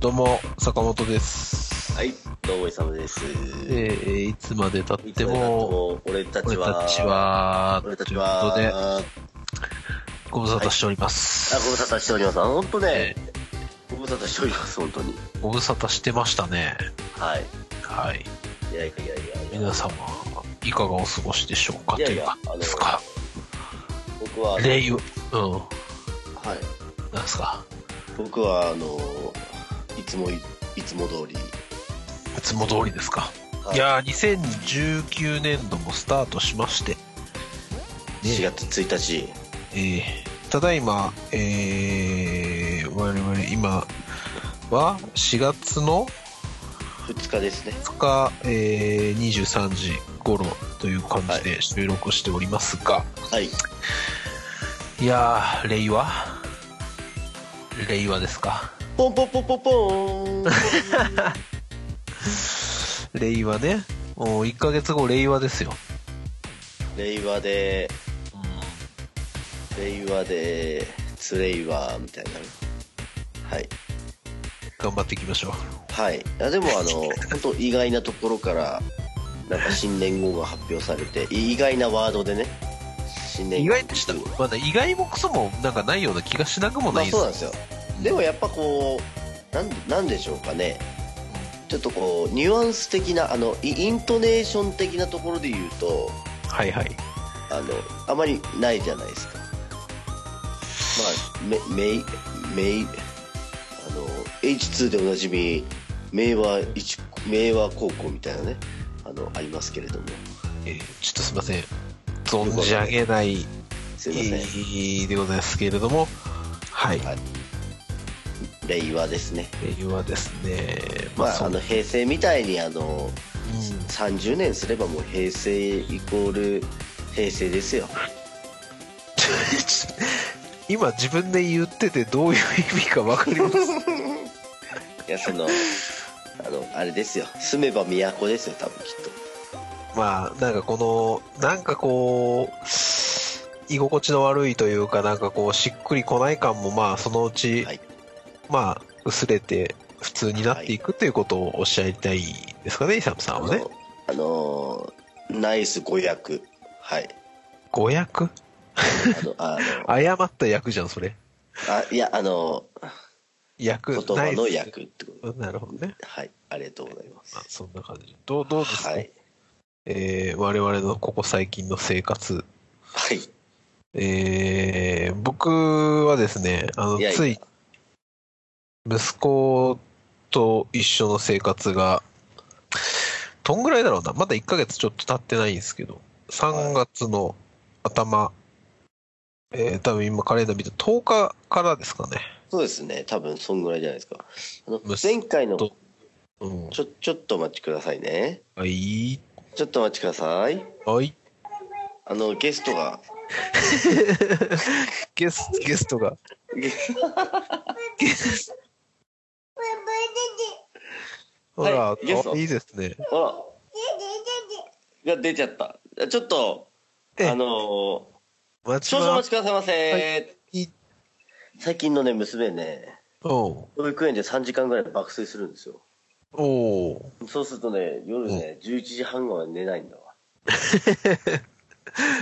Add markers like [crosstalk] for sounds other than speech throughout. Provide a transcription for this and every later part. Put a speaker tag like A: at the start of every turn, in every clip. A: どうも、坂本です。
B: はい、どうも、イサムです。
A: えー、いつまで経っ
B: い
A: て
B: つまで経って
A: も、
B: も俺た
A: 俺
B: ちは、
A: たちは、
B: 俺た
A: と
B: ち
A: いうこ
B: は、
A: とで、ご無沙汰しておりま
B: あ、ご無
A: す。
B: 沙汰しております。あ本当ね
A: え、
B: ご無沙汰しております、本当に。
A: ーご無沙汰してましたね。
B: はい。
A: はい。
B: いやいやいやいや。
A: 皆様、いかがお過ごしでしょうか
B: いや
A: と
B: い
A: いう
B: や
A: か、
B: あの
A: ですか。
B: 僕は、
A: 令和、うん、
B: はい。
A: なんですか。
B: 僕は、あの、いつもい、いつも通り。
A: いつも通りですか。
B: はい
A: やー、2019年度もスタートしまして、ね
B: 4月1日、
A: えーただいま、えー、我々今は4月の
B: 2日ですね。
A: 2日、えー23時頃という感じで収録をしておりますが、
B: はい。
A: い、やー、令和令和ですか。
B: ポンポンポンポンポ
A: [laughs]
B: ーン。
A: 令和ね。もう1ヶ月後、令和ですよ。
B: 令和で、令和で、つれいわ、みたいな。はい。
A: 頑張っていきましょう。
B: はい、あでもあの本当意外なところからなんか新年号が発表されてい意外なワードでね新年
A: 意
B: 号
A: 外でした。まだ意外もクソもなんかないような気がしなくもな
B: まあ
A: い
B: そうなんですよでもやっぱこうなんなんでしょうかねちょっとこうニュアンス的なあのイイントネーション的なところで言うと
A: はいはい。
B: あのあまりないじゃないですかまあめめいめいあの H2 でおなじみ明和一明和高校みたいなねあのありますけれども
A: えーちょっとすいません。存じ上げない
B: すいません、
A: でございますけれども、はい。
B: はい令和ですね、
A: 令和ですね。
B: ま
A: そ
B: あ、あ
A: う
B: の平成みたいにあの
A: うん
B: 30年すればもう平成イコール平成ですよ
A: [laughs] 今自分で言っててどういう意味か分かり
B: [laughs]
A: ます。
B: いやそのあのあれですよ住めば都ですよ多分きっと
A: まあ、なんかこの、なんかこう、居心地の悪いというか、なんかこう、しっくりこない感も、まあ、そのうち、
B: はい
A: まあ、薄れて、普通になっていくということをおっしゃりたいですかね、イサムさんはね。
B: あのあのナイス5役はい
A: 誤訳
B: あのあの
A: 誤った役じゃん、それ。
B: あいやあの
A: 役、
B: 言葉の
A: ナイス
B: 役ってこと
A: なるほどね。
B: はいありがとうございます
A: まあ、そんな感じ。どう、どうですか、
B: はい
A: えー我々のここ最近の生活。
B: はい
A: えー僕はですね、あの、
B: いやいや
A: つい、息子と一緒の生活が、どんぐらいだろうな。まだ1ヶ月ちょっと経ってないんですけど、3月の頭、えー多分今カレンダー見て10日からですかね。
B: そうですね多分そんぐらいじゃないですかあの
A: 息子
B: 前回の
A: とうん。
B: ちょちょっとお待ちくださいね
A: はい。
B: ちょっとお待ちください
A: はい。
B: あのゲストが
A: ゲスゲストが。
B: ゲ
A: ゲスほら、
B: はいゲスト
A: あいいですね。
B: あらが出ちゃったちょっと
A: え
B: あの
A: 待ち
B: 少々お
A: ま
B: 待ちくださいませ、
A: い
B: 最近のね娘ね
A: おう
B: 保育園で3時間ぐらい爆睡するんですよ
A: おう
B: そうするとね、夜ね、11時半は寝ないんだわ。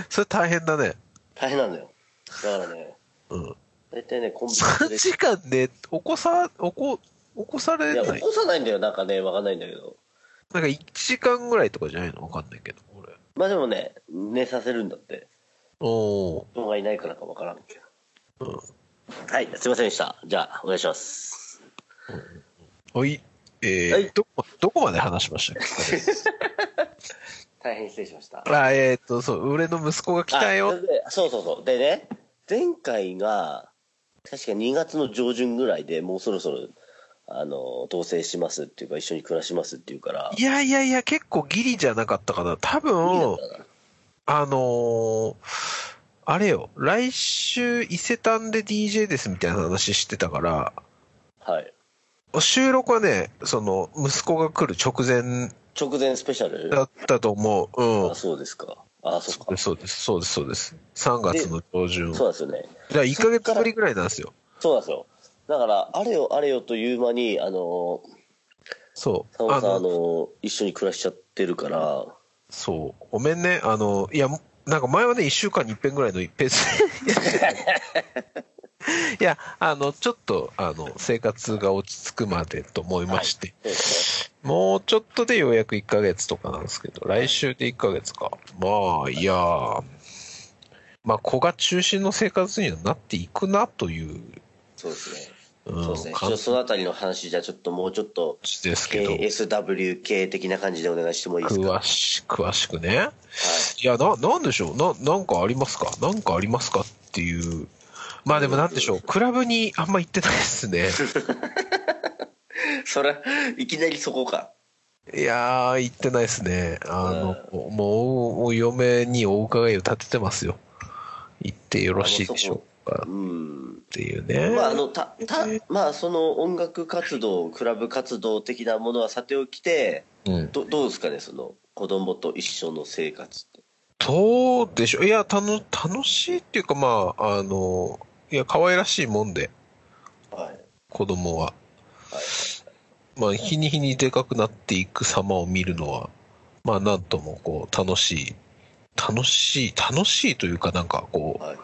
A: それ大変だね。
B: 大変なんだよ。だからね、
A: うん。
B: 大体ね、コンビニ
A: 3時間で起こさ、起こ、起こされ
B: い
A: な
B: や、
A: い。な
B: 起
A: ん
B: こさないんだよ、なんかね、わかんないんだけど。
A: か1時間ぐらいとかじゃないのわかんないけど、俺。
B: まあでもね、寝させるんだって。
A: おう
B: 人がいないからかわからんけ
A: うん。
B: ど。はい、すいませんでした。じゃあ、お願いします。
A: はい。えー
B: はい
A: どこ、どこまで話しましたっけ
B: 大変失礼しました。
A: あ、えっ、と、そう、俺の息子が来た
B: あ
A: よ。
B: それでそうそうそう。でね、前回が、確か2月の上旬ぐらいでもうそろそろ、あの、同棲しますっていうか、一緒に暮らしますっていうから。
A: いやいやいや、結構ギリじゃなかったかな。多
B: いい
A: 分
B: ん、だな
A: あのーあれよ、来週伊勢丹で DJ ですみたいな話してたから、
B: はい。
A: 収録はね、その、息子が来る直前
B: 直前スペシャル
A: だったと思う。うん
B: あ。そうですか。あ、そ
A: そううで
B: か。
A: す、そうです、そうです、そうです。3月の上旬。
B: そう
A: だか
B: なんですよね。
A: ら1ヶ月ぶりぐらいなんですよ。
B: そうなんですよ。だから、あれよあれよという間に、あの、
A: そう。
B: 佐野さん、あ
A: あの、
B: の、一緒に暮らしちゃってるから、
A: そう。ごめんね。あの、いや、なんか前はね、1週間に一遍ぐらいのペー [laughs] スで。いや、あの、ちょっと、あの、生活が落ち着くまでと思いまして、
B: そうです
A: もうちょっとでようやく1ヶ月とかなんですけど、来週で1ヶ月か。まあ、いやーまあ、子が中心の生活にはなっていくなという、
B: ね。そうですね。
A: うん
B: そうですね。ちょっ
A: 感
B: と
A: じ
B: そのあたりの話、じゃあちょっともうちょっと、
A: ですけど、
B: KSW 系的な感じでお願いしてもいいですか。
A: 詳し、詳しくね。
B: はい
A: や、な、なんでしょうな、なんかありますかなんかありますかっていう。まあでもなんでしょう。クラブにあんま行ってないです
B: [laughs]
A: ね。
B: い。それ、いきなりそこか。
A: いやー、行ってないですね。あの、もう、お嫁にお伺いを立ててますよ。行ってよろしいでしょうか
B: う
A: っ
B: ん。
A: ていうね。
B: まあ、あの、た、た、まあ、その音楽活動、クラブ活動的なものはさておきて、
A: うん。
B: どどうですかね、その、子供と一緒の生活って。
A: どうでしょう。いや、たの、楽しいっていうか、まあ、あの、いや、可愛らしいもんで、
B: はい。はい。
A: 子供は。まあ、日に日にでかくなっていく様を見るのは、まあ、なんともこう、楽しい、楽しい、楽しいというか、なんかこ
B: はい。
A: う、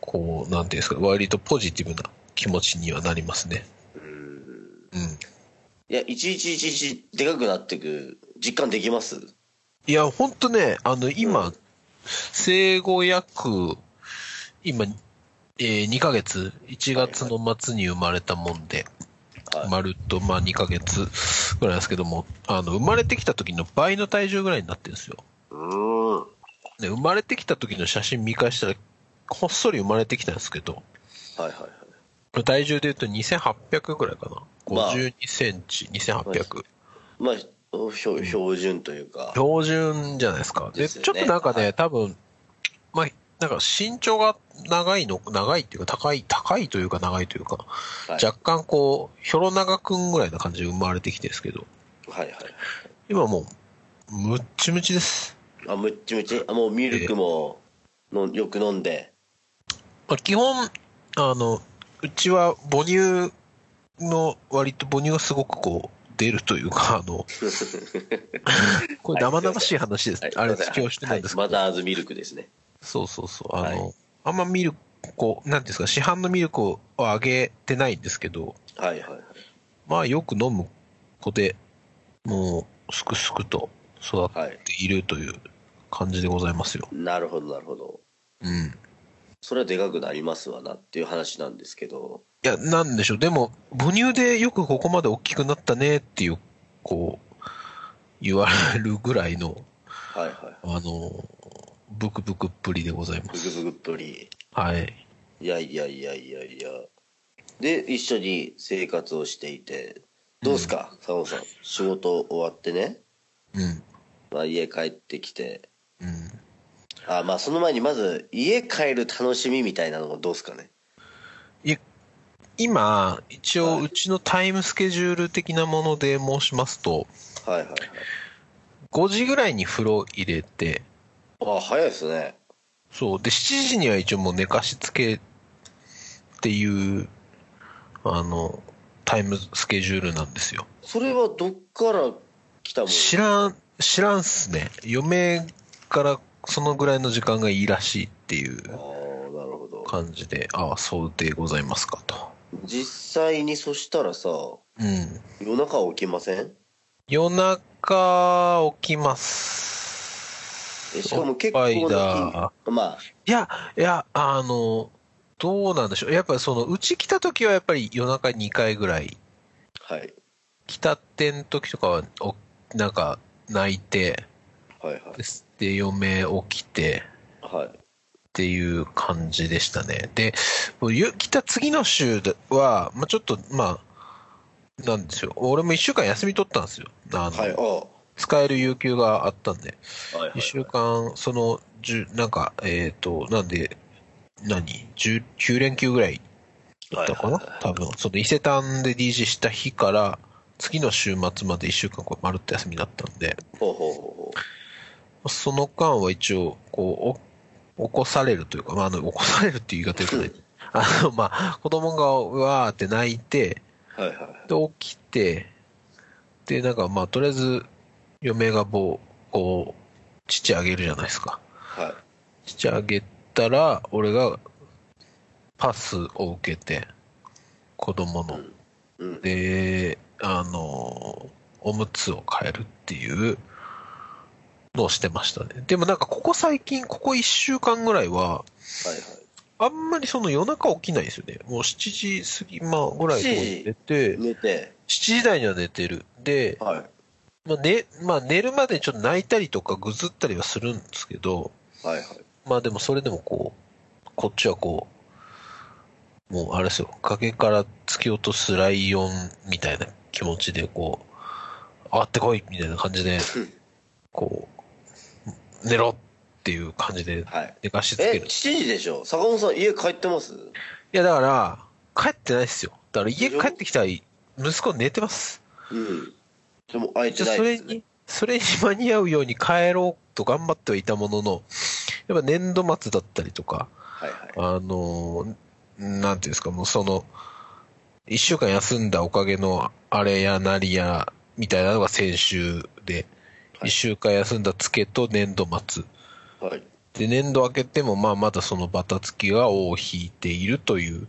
A: こう、なんていうんですか、割とポジティブな気持ちにはなりますね。
B: うん。
A: うん。
B: いや、いちいちいちいちでかくなってく、実感できます
A: いや、ほんとね、あの、今、
B: うん
A: 生後約、今、えー、2ヶ月、1月の末に生まれたもんで、
B: はい。
A: まるっと、まあ、2ヶ月ぐらいですけども、あの、生まれてきた時の倍の体重ぐらいになってるんですよ。
B: うん。は
A: ね、生まれてきた時の写真見返したら、ほっそり生まれてきたんですけど、
B: いはいはい。
A: 体重で言うと2800ぐらいかな。
B: まあ
A: 52センチ、2800。
B: まあ、標標準というか。
A: 標準じゃないですか。で、
B: ですよね
A: ちょっとなんか
B: は
A: ね、
B: い
A: 多分、まあ、なんか身長が長いの、長いっていうか、高い、高いというか長いというか、
B: はい
A: 若干こう、ひょろ長くんぐらいな感じで生まれてきてるんですけど、
B: はいはい。
A: 今もう、むっちむちです。
B: あ、むっちむち。あ、もうミルクも、のよく飲んで。
A: まあ、基本、あの、うちは母乳の、割と母乳がすごくこう、出るというか、あ
B: [laughs]
A: の、これ生々しい話ですね。あれ、
B: すいませ
A: 恐縮なんですけど
B: はいマザーズミルクですね。
A: そうそうそう。あの、
B: はい
A: あんまミルク、こう、なんていうんですか、市販のミルクをあげてないんですけど、
B: はいはいはい。
A: まあよく飲む子で、もう、すくすくと育っているという感じでございますよ。
B: なるほどなるほど。
A: うん。い
B: それはでかくなりますわなっていう話なんですけど。
A: や、なんでしょう。でも、母乳でよくここまで大きくなったねっていう、こう、言われるぐらいの、
B: はいはい。
A: あの、ブクブクっぷりでございま
B: ブ
A: す。
B: グブグっぷり。
A: はい。
B: いやいやいやいやいや。で、一緒に生活をしていて。どうすか、佐野さん。仕事終わってね。
A: うん。
B: まあ、家帰ってきて。
A: うん。
B: あ、まあ、その前にまず、家帰る楽しみみたいなのがどうすかね。
A: 今、一
B: は
A: 応、
B: いう
A: ちのタイムスケジュール的なもので申しますと、
B: はいはいはい。
A: 5時ぐらいに風呂入れて、
B: あ、早いですね。
A: そう、で、7時には一応もう寝かしつけっていう、あの、タイムスケジュールなんですよ。
B: それはどっから来たもん
A: 知らん、知らんっすね。嫁からそのぐらいの時間がいいらしいっていう
B: ああ、なるほど。
A: 感じで、ああ、そうでございますかと。
B: 実際にそしたらさ、
A: うん。
B: 夜中起きません
A: 夜中起きます。
B: えしかも結構
A: お
B: な
A: っぱ
B: 頻
A: い
B: 度
A: だ。
B: まあ、
A: いや、いや、あの、どうなんでしょう。やっぱりその、うち来た時はやっぱり夜中2回ぐらい、
B: はい。
A: 来たてん時とかは、おなんか、泣いて、
B: はいはい。
A: で、嫁起きて、
B: はい。
A: っていう感じでしたね。で、もうゆ来た次の週は、まあ、ちょっと、まあ、なんですよ。俺も1週間休み取ったんですよ。あの、
B: はい。あ
A: 使える有給があったんで。
B: あ。はいはい
A: 一週間、その、じゅなんか、えっ、と、なんで、何 ?9 連休ぐらいだったかな、
B: はいはいはい
A: 多分。その伊勢丹で DJ した日から、次の週末まで一週間、こう、まるっと休みだったんで、
B: ほうほうほ
A: その間は一応、こう、お起こされるというか、まあ、あの、起こされるっていう言い方よくない。あの、まあ、子供がうわーって泣いて、
B: はいはい。
A: で、起きて、で、なんかまあ、とりあえず、嫁がぼう、こう、父あげるじゃないですか。
B: はい。
A: 父あげたら、俺が、パスを受けて、子供の。
B: うん。
A: で、あの、おむつを変えるっていうのをしてましたね。でもなんかここ最近、ここ1週間ぐらいは、
B: はいはい。
A: あんまりその夜中起きないんですよね。もう7時過ぎ、まあ、ぐらい
B: 7時
A: に寝て、7
B: 寝て、
A: 時台には寝てる。で、
B: は
A: まあ寝まあ、寝るまでちょっと泣いたりとかぐずったりはするんですけど、
B: い。はいはい。
A: まあでもそれでもこう、こっちはこう、もうあれですよ、崖から突き落とすライオンみたいな気持ちでこう、上がってこいみたいな感じで、こう、寝ろっていう感じで
B: はい。
A: 寝かしつけ
B: え、
A: る。い
B: 7時でしょ坂本さん家帰ってます
A: やだから、帰ってないですよ。だから家帰ってきたら、息子寝てます。
B: うん。でも空い
A: じ
B: て
A: ゃ
B: ない
A: そ
B: で
A: れ
B: すね
A: に。、それに間に合うように帰ろうと頑張ってはいたものの、やっぱ年度末だったりとか、
B: はいはい。
A: あの、なんていうんですか、もうその、一週間休んだおかげのあれやなりや、みたいなのが先週で、
B: はい
A: 一週間休んだツケと年度末。
B: はい。
A: で、年度明けても、まあ、まだそのバタつきが尾を引いているという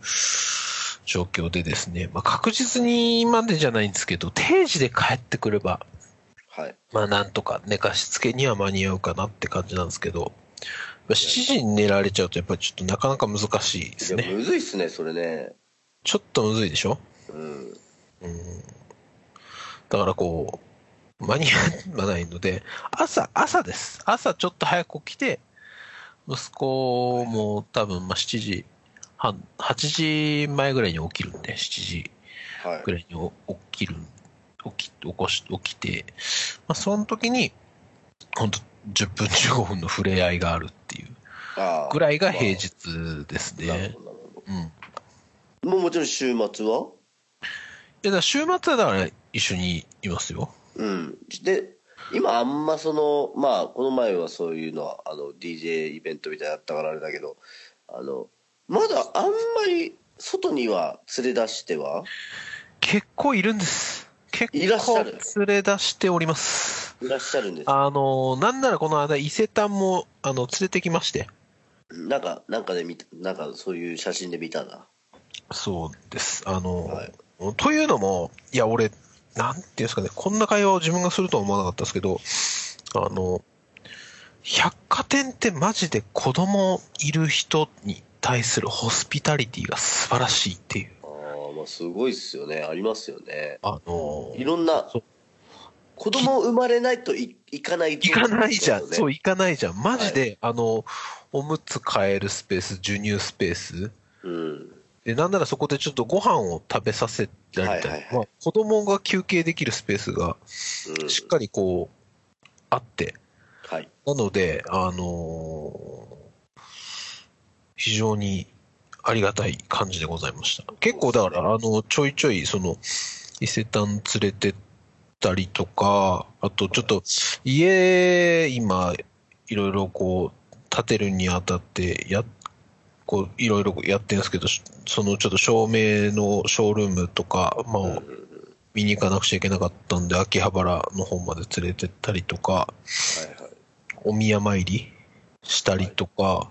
A: 状況でですね、まあ、確実にまでじゃないんですけど、定時で帰ってくれば、
B: はい。
A: まあ、なんとか寝かしつけには間に合うかなって感じなんですけど、まあ7時に寝られちゃうと、やっぱりちょっとなかなか難しいで
B: い
A: す
B: や、
A: ね。
B: むずいっすね、それね。
A: ちょっとむずいでしょ
B: うん。
A: だからこう、間に合わないので、朝、朝です。朝ちょっと早く起きて、息子も多分まあ7時半、8時前ぐらいに起きるんで、7時
B: はい
A: ぐ。らいに起きる、起き、起こし、起きて、まあその時に、本当10分15分の触れ合いがあるっていう
B: ああ
A: ぐらいが平日です
B: なる
A: ね
B: ほ。どなるほ
A: うん。
B: ど。もうもちろん週末は
A: で、だから週末はだから一緒にいますよ。
B: うん。で、今あんまその、まあ、この前はそういうのは、あの、DJ イベントみたいなのあったからあれだけど、あの、まだあんまり外には連れ出しては
A: 結構いるんです。結
B: いらっしゃ
A: 構
B: る
A: 連れ出しております。
B: いらっしゃるんです。
A: あの、なんならこの間、伊勢丹も、あの、連れてきまして。
B: なんか、なんかで見た、なんかそういう写真で見たな。
A: そうです。あの、
B: はい
A: というのも、いや、俺、なんていうんですかね、こんな会話を自分がするとは思わなかったですけど、あの、百貨店ってマジで子供いる人に対するホスピタリティが素晴らしいっていう。
B: ああ、まあすごいっすよね。ありますよね。
A: あの、
B: いろんな
A: そう、
B: 子供生まれないといいかない
A: 行かないじゃん。そう、
B: う。
A: 行かないじゃん。マジで、あの、おむつ変えるスペース、授乳スペース。
B: うん。
A: で、なんならそこでちょっとご飯を食べさせられた
B: はいはい
A: り
B: は、い
A: まあ子供が休憩できるスペースが
B: うん。
A: しっかりこう、あって。
B: はい。
A: なので、あのー非常にありがたい感じでございました。結構だから、あの、ちょいちょい、その、伊勢丹連れてったりとか、あとちょっと、家、今、いろいろこう、建てるにあたって、や、こう、いろいろやってるんですけど、そのちょっと照明のショールームとか、まあ、見に行かなくちゃいけなかったんで、秋葉原の方まで連れてったりとか、
B: はいはい。
A: お宮参りしたりとか、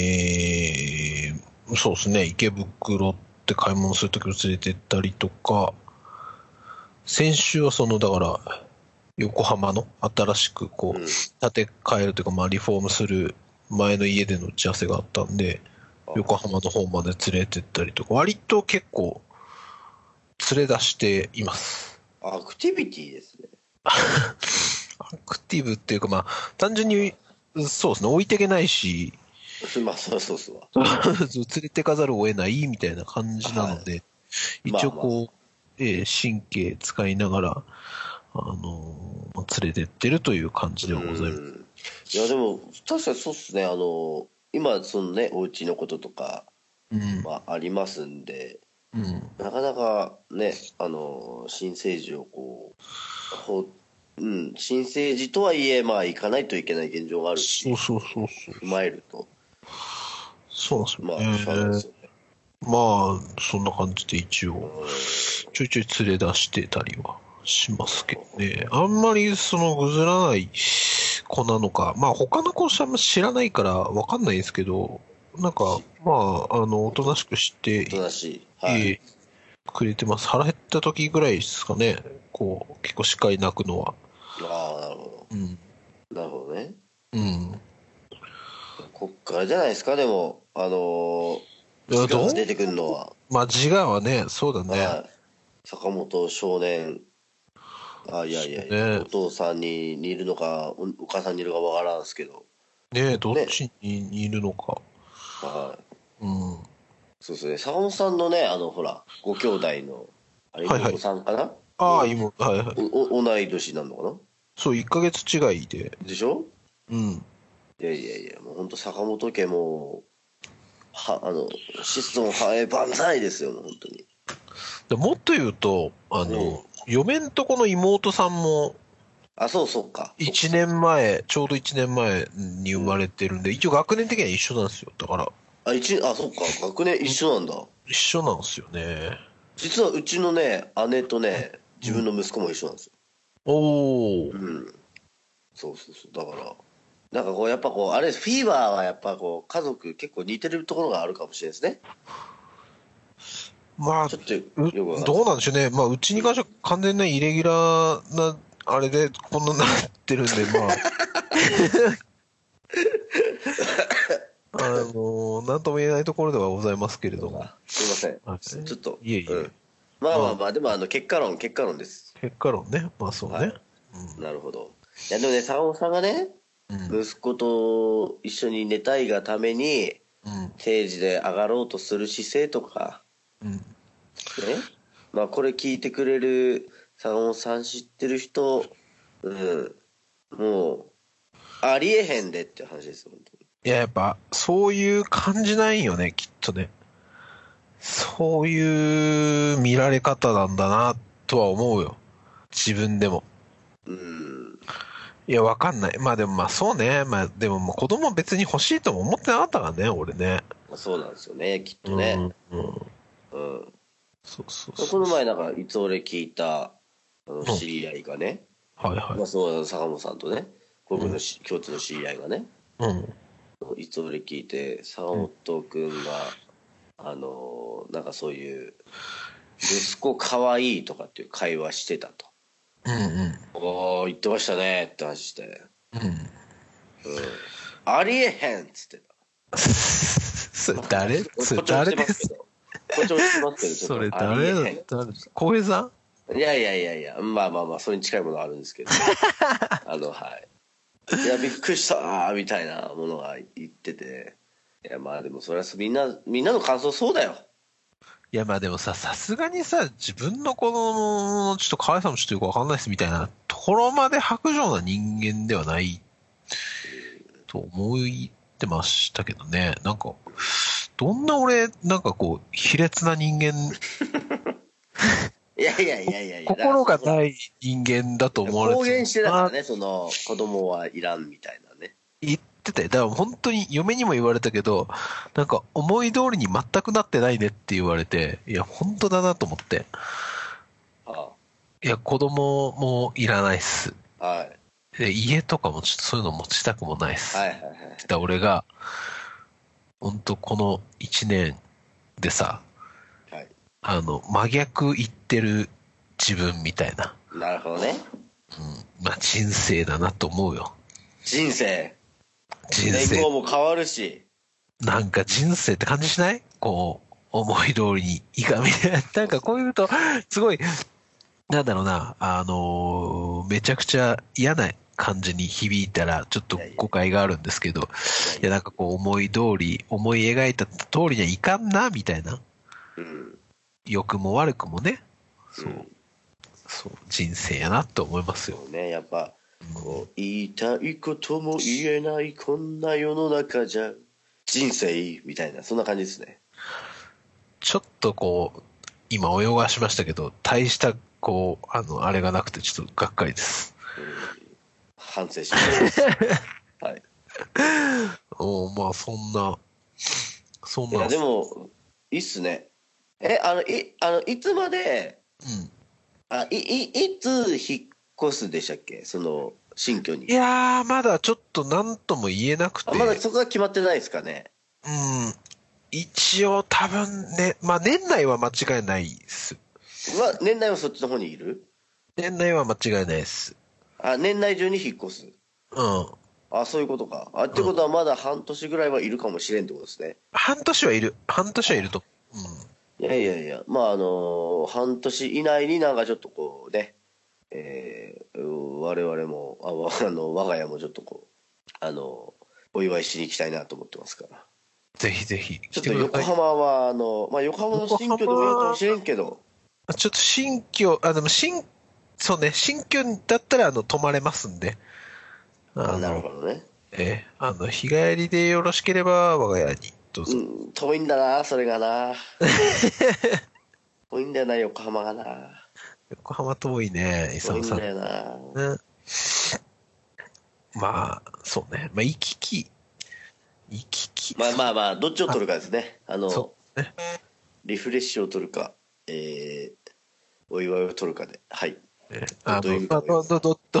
A: えー、そうですね、池袋って買い物するときも連れてったりとか、先週はその、だから、横浜の新しくこう、
B: うん
A: 建て替えるというか、まあ、リフォームする前の家での打ち合わせがあったんで、
B: あ
A: 横浜の方まで連れてったりとか、割と結構、連れ出しています。
B: アクティビティですね。 [laughs]
A: アクティブっていうか、まあ、単純に、そうですね、置いてけない
B: [laughs]
A: し、
B: まあ、そうそうそう。
A: 連れてかざるを得ないみたいな感じなので、一応こう、えー神経使いながら、あのー連れてってるという感じではございます。
B: うんいや、でも、確かにそうっすね。あの、今、そのね、お家のこととか、
A: うん。
B: まあ、ありますんで、
A: うん。
B: なかなかね、あの、新生児をこう、ほうん、新生児とはいえ、まあ、行かないといけない現状があるし、
A: そうそうそうそう。
B: 踏まえると。
A: そうです
B: ま
A: よ
B: あ、
A: ね。
B: そうなんですよね。
A: まあ、そんな感じで一応、
B: うん
A: ちょいちょい連れ出してたりはしますけどね。あんまりそのぐずらない子なのか、まあ他の子はあんま知らないからわかんないですけど、なんか、まあ、あの、おとなしくして
B: おとなしい。はい。
A: えーくれてます。腹減った時ぐらいですかね。こう、結構視界泣くのは。
B: ああ、なるほ
A: うん。
B: ど。なるほどね。
A: うん。
B: こっからじゃないですか、でも、あの
A: いや
B: ー、
A: どう
B: 出てくるのは、
A: まあ自我はね、そうだね。
B: はい、坂本少年、あいやいやいや、
A: ね
B: お父さんに似るのか、おお母さんにいるのかわからんすけど、
A: ねどっちにいるのか。
B: はい、
A: うん。
B: そうですね、坂本さんのね、あの、ほら、ご兄弟の、あれ、
A: はいはい
B: お子さんかな
A: ああ、
B: うん
A: 今、はいはい。
B: おお同い年になるのか
A: そう、1ヶ月違いで。
B: なでしょ
A: うん。
B: いやいやいや、もう本当坂本家も、は、あの、質の繁栄万歳ですよ、もう本当に。
A: でもっと言うと、あの、嫁んとこの妹さんも、
B: あ、そう、そっか。
A: 1年前、ちょうど1年前に生まれてるんで、一応学年的には一緒なんですよ。だから、
B: あ、一、あ、そっか、学年一緒なんだ。
A: 一緒なんですよね。
B: 実はうちのね姉とね自分の息子も一緒なんですよ
A: おお
B: う、ん、そうそうそうだからなんかこうやっぱこうあれフィーバーはやっぱこう家族結構似てるところがあるかもしれないですね
A: まあ
B: ちょ、っとよ
A: う
B: くわかんない
A: どうなんでしょうね、まあ、うちに関しては完全なイレギュラーな、あれでこんなになってるんで、まあ。
B: [laughs]
A: あのなんとも言えないところではございますけれども、
B: すいません
A: はい
B: ちょっと
A: いえいえ
B: うんまあまあまあでもあの結果論結果論です
A: 結果論ね、まあそうね。
B: はいなるほどいやでもね坂本さんがね
A: うんうん
B: 息子と一緒に寝たいがために
A: うん
B: 定時で上がろうとする姿勢とか
A: うん
B: ね、まあこれ聞いてくれる坂本さん知ってる人、うん、もう、ありえへんでっていう話ですよ、本
A: いや、やっぱ、そういう感じないよね、きっとね。そういう見られ方なんだな、とは思うよ。自分でも。
B: 当に。うん、
A: いや、わかんない。まあでもまあそうね。まあでももう子供別に欲しいとも思ってなかったからね、俺ね。
B: まあそうなんですよね、きっとね。
A: うん。うん
B: うん。
A: そうそう
B: まあ
A: そう。
B: この前、なんか、いつ俺聞いた、あの、知り合いがね、
A: はいは
B: まあそう、坂本さんとね、僕のし共通の知り合いがね、
A: い。うん。
B: いつ俺聞いて、坂本君が、あの、なんかそういう、息子かわいいとかっていう会話してたと。
A: うんうん。
B: おー、言ってましたねって話して、
A: うん。 [laughs]
B: うん、ありえへんっつってた。
A: それ誰それ誰
B: こ
A: です
B: っちも知ってますけど。こっちも知ってますけど、
A: それ誰
B: ちょっと
A: だ
B: あり
A: 誰浩平さん
B: えへんいやいやいやいや、まあまあまあ、それに近いものあるんで
A: [laughs]
B: すけど、あの、はい。いや、びっくりしたーみたいなものが言ってて、いや、まあでも、それはみんな、みんなの感想そうだよ。
A: いやまあでもさ、さすがにさ、自分の子供のちょっと可愛さもちょっとよくわかんないですみたいなところまで白状な人間ではないと思いってましたけどね。なんか、どんな俺、なんかこう、卑劣な人間、
B: いやいやいやいやいや。
A: 心が
B: い。
A: ない人間だと思われ
B: 公言してて
A: る
B: たからね、その、子供はいらんみたいなね。
A: 言ってたよ。だから本当に嫁にも言われたけど、なんか思い通りに全くなってないねって言われて、いや、本当だなと思って。
B: はい
A: や、子供もいらないっす。
B: あ、はい。
A: で家とかもちょっとそういうの持ちたくもないっす。
B: はい
A: っ
B: はいはい。
A: て言った俺が、本当この1年でさ、
B: はい
A: あの、真逆言ってる自分みたいな、
B: なるほどね。
A: うん、まあ人生だなと思うよ。
B: 人生。
A: 人
B: 年号
A: 生。
B: も変わるし。
A: なんか人生って感じしないこう、思い通りにいかみたいな。 [laughs] なんかこういうと、すごい、なんだろうな、あのーめちゃくちゃ嫌な感じに響いたら、ちょっと誤解があるんですけど、いや、なんかこう思い通り、思い描いた通りにはいかんな、みたいな。
B: うん。。
A: 良くも悪くもね。そううんそう、人生やなと思いますよ。
B: そうね、やっぱ、こう、言いたいことも言えない、こんな世の中じゃ、人生みたいな、そんな感じですね。
A: ちょっとこう、今泳がしましたけど、大した、こう、あの、あれがなくて、ちょっとがっかりです。
B: 反省しました。はい。
A: おーまあ、そんなそん
B: い
A: な
B: や
A: ん
B: ですもいいっすねえあのいあのいつまで
A: うん
B: あいいいつ引っ越すでしたっけその新居に
A: いやー、まだちょっと何とも言えなくて、
B: あまだそこは決まってないですかね
A: うん、一応多分ね、まあ年内は間違いないです。
B: は年内はそっちの方にいる
A: 年内は間違いないです。
B: あ年内中に引っ越す
A: うん。
B: あそういうことかあってことはまだ半年ぐらいはいるかもしれんってことですね
A: 半年はいる。半年はいると。うん。
B: いやいやいやまああの半年以内になんかちょっとこうねえー我々もあわ [laughs] あの我が家もちょっとこうあのお祝いしに行きたいなと思ってますから
A: ぜひぜひ
B: ち
A: 来
B: ょってと
A: くだ
B: 横
A: さい。
B: 浜はあの、まあ、横浜の新居でもいいかもしれんけど
A: ちょっと新居、あ、でも新、そうね、新居だったら、あの、泊まれますんで。あ
B: あなる
A: の、
B: ほどね
A: えーあの、日帰りでよろしければ、我が家に、どう
B: う
A: ぞ。
B: ん遠いんだなそれ
A: [laughs]
B: がな遠いんだよな横浜がな
A: 横浜遠いね、
B: 遠
A: 勇
B: いん
A: さん
B: だ。よな
A: ね。まあ、そうね。まあ、行き来。行き来。
B: まあまあまあ、どっちを取るかですね。あの
A: そ、うね。
B: リフレッシュを取るか、えー、お祝いを取るかで、はい。
A: ねあ
B: どういう
A: の、
B: 意味か
A: まあど、ど、ど、ど、ど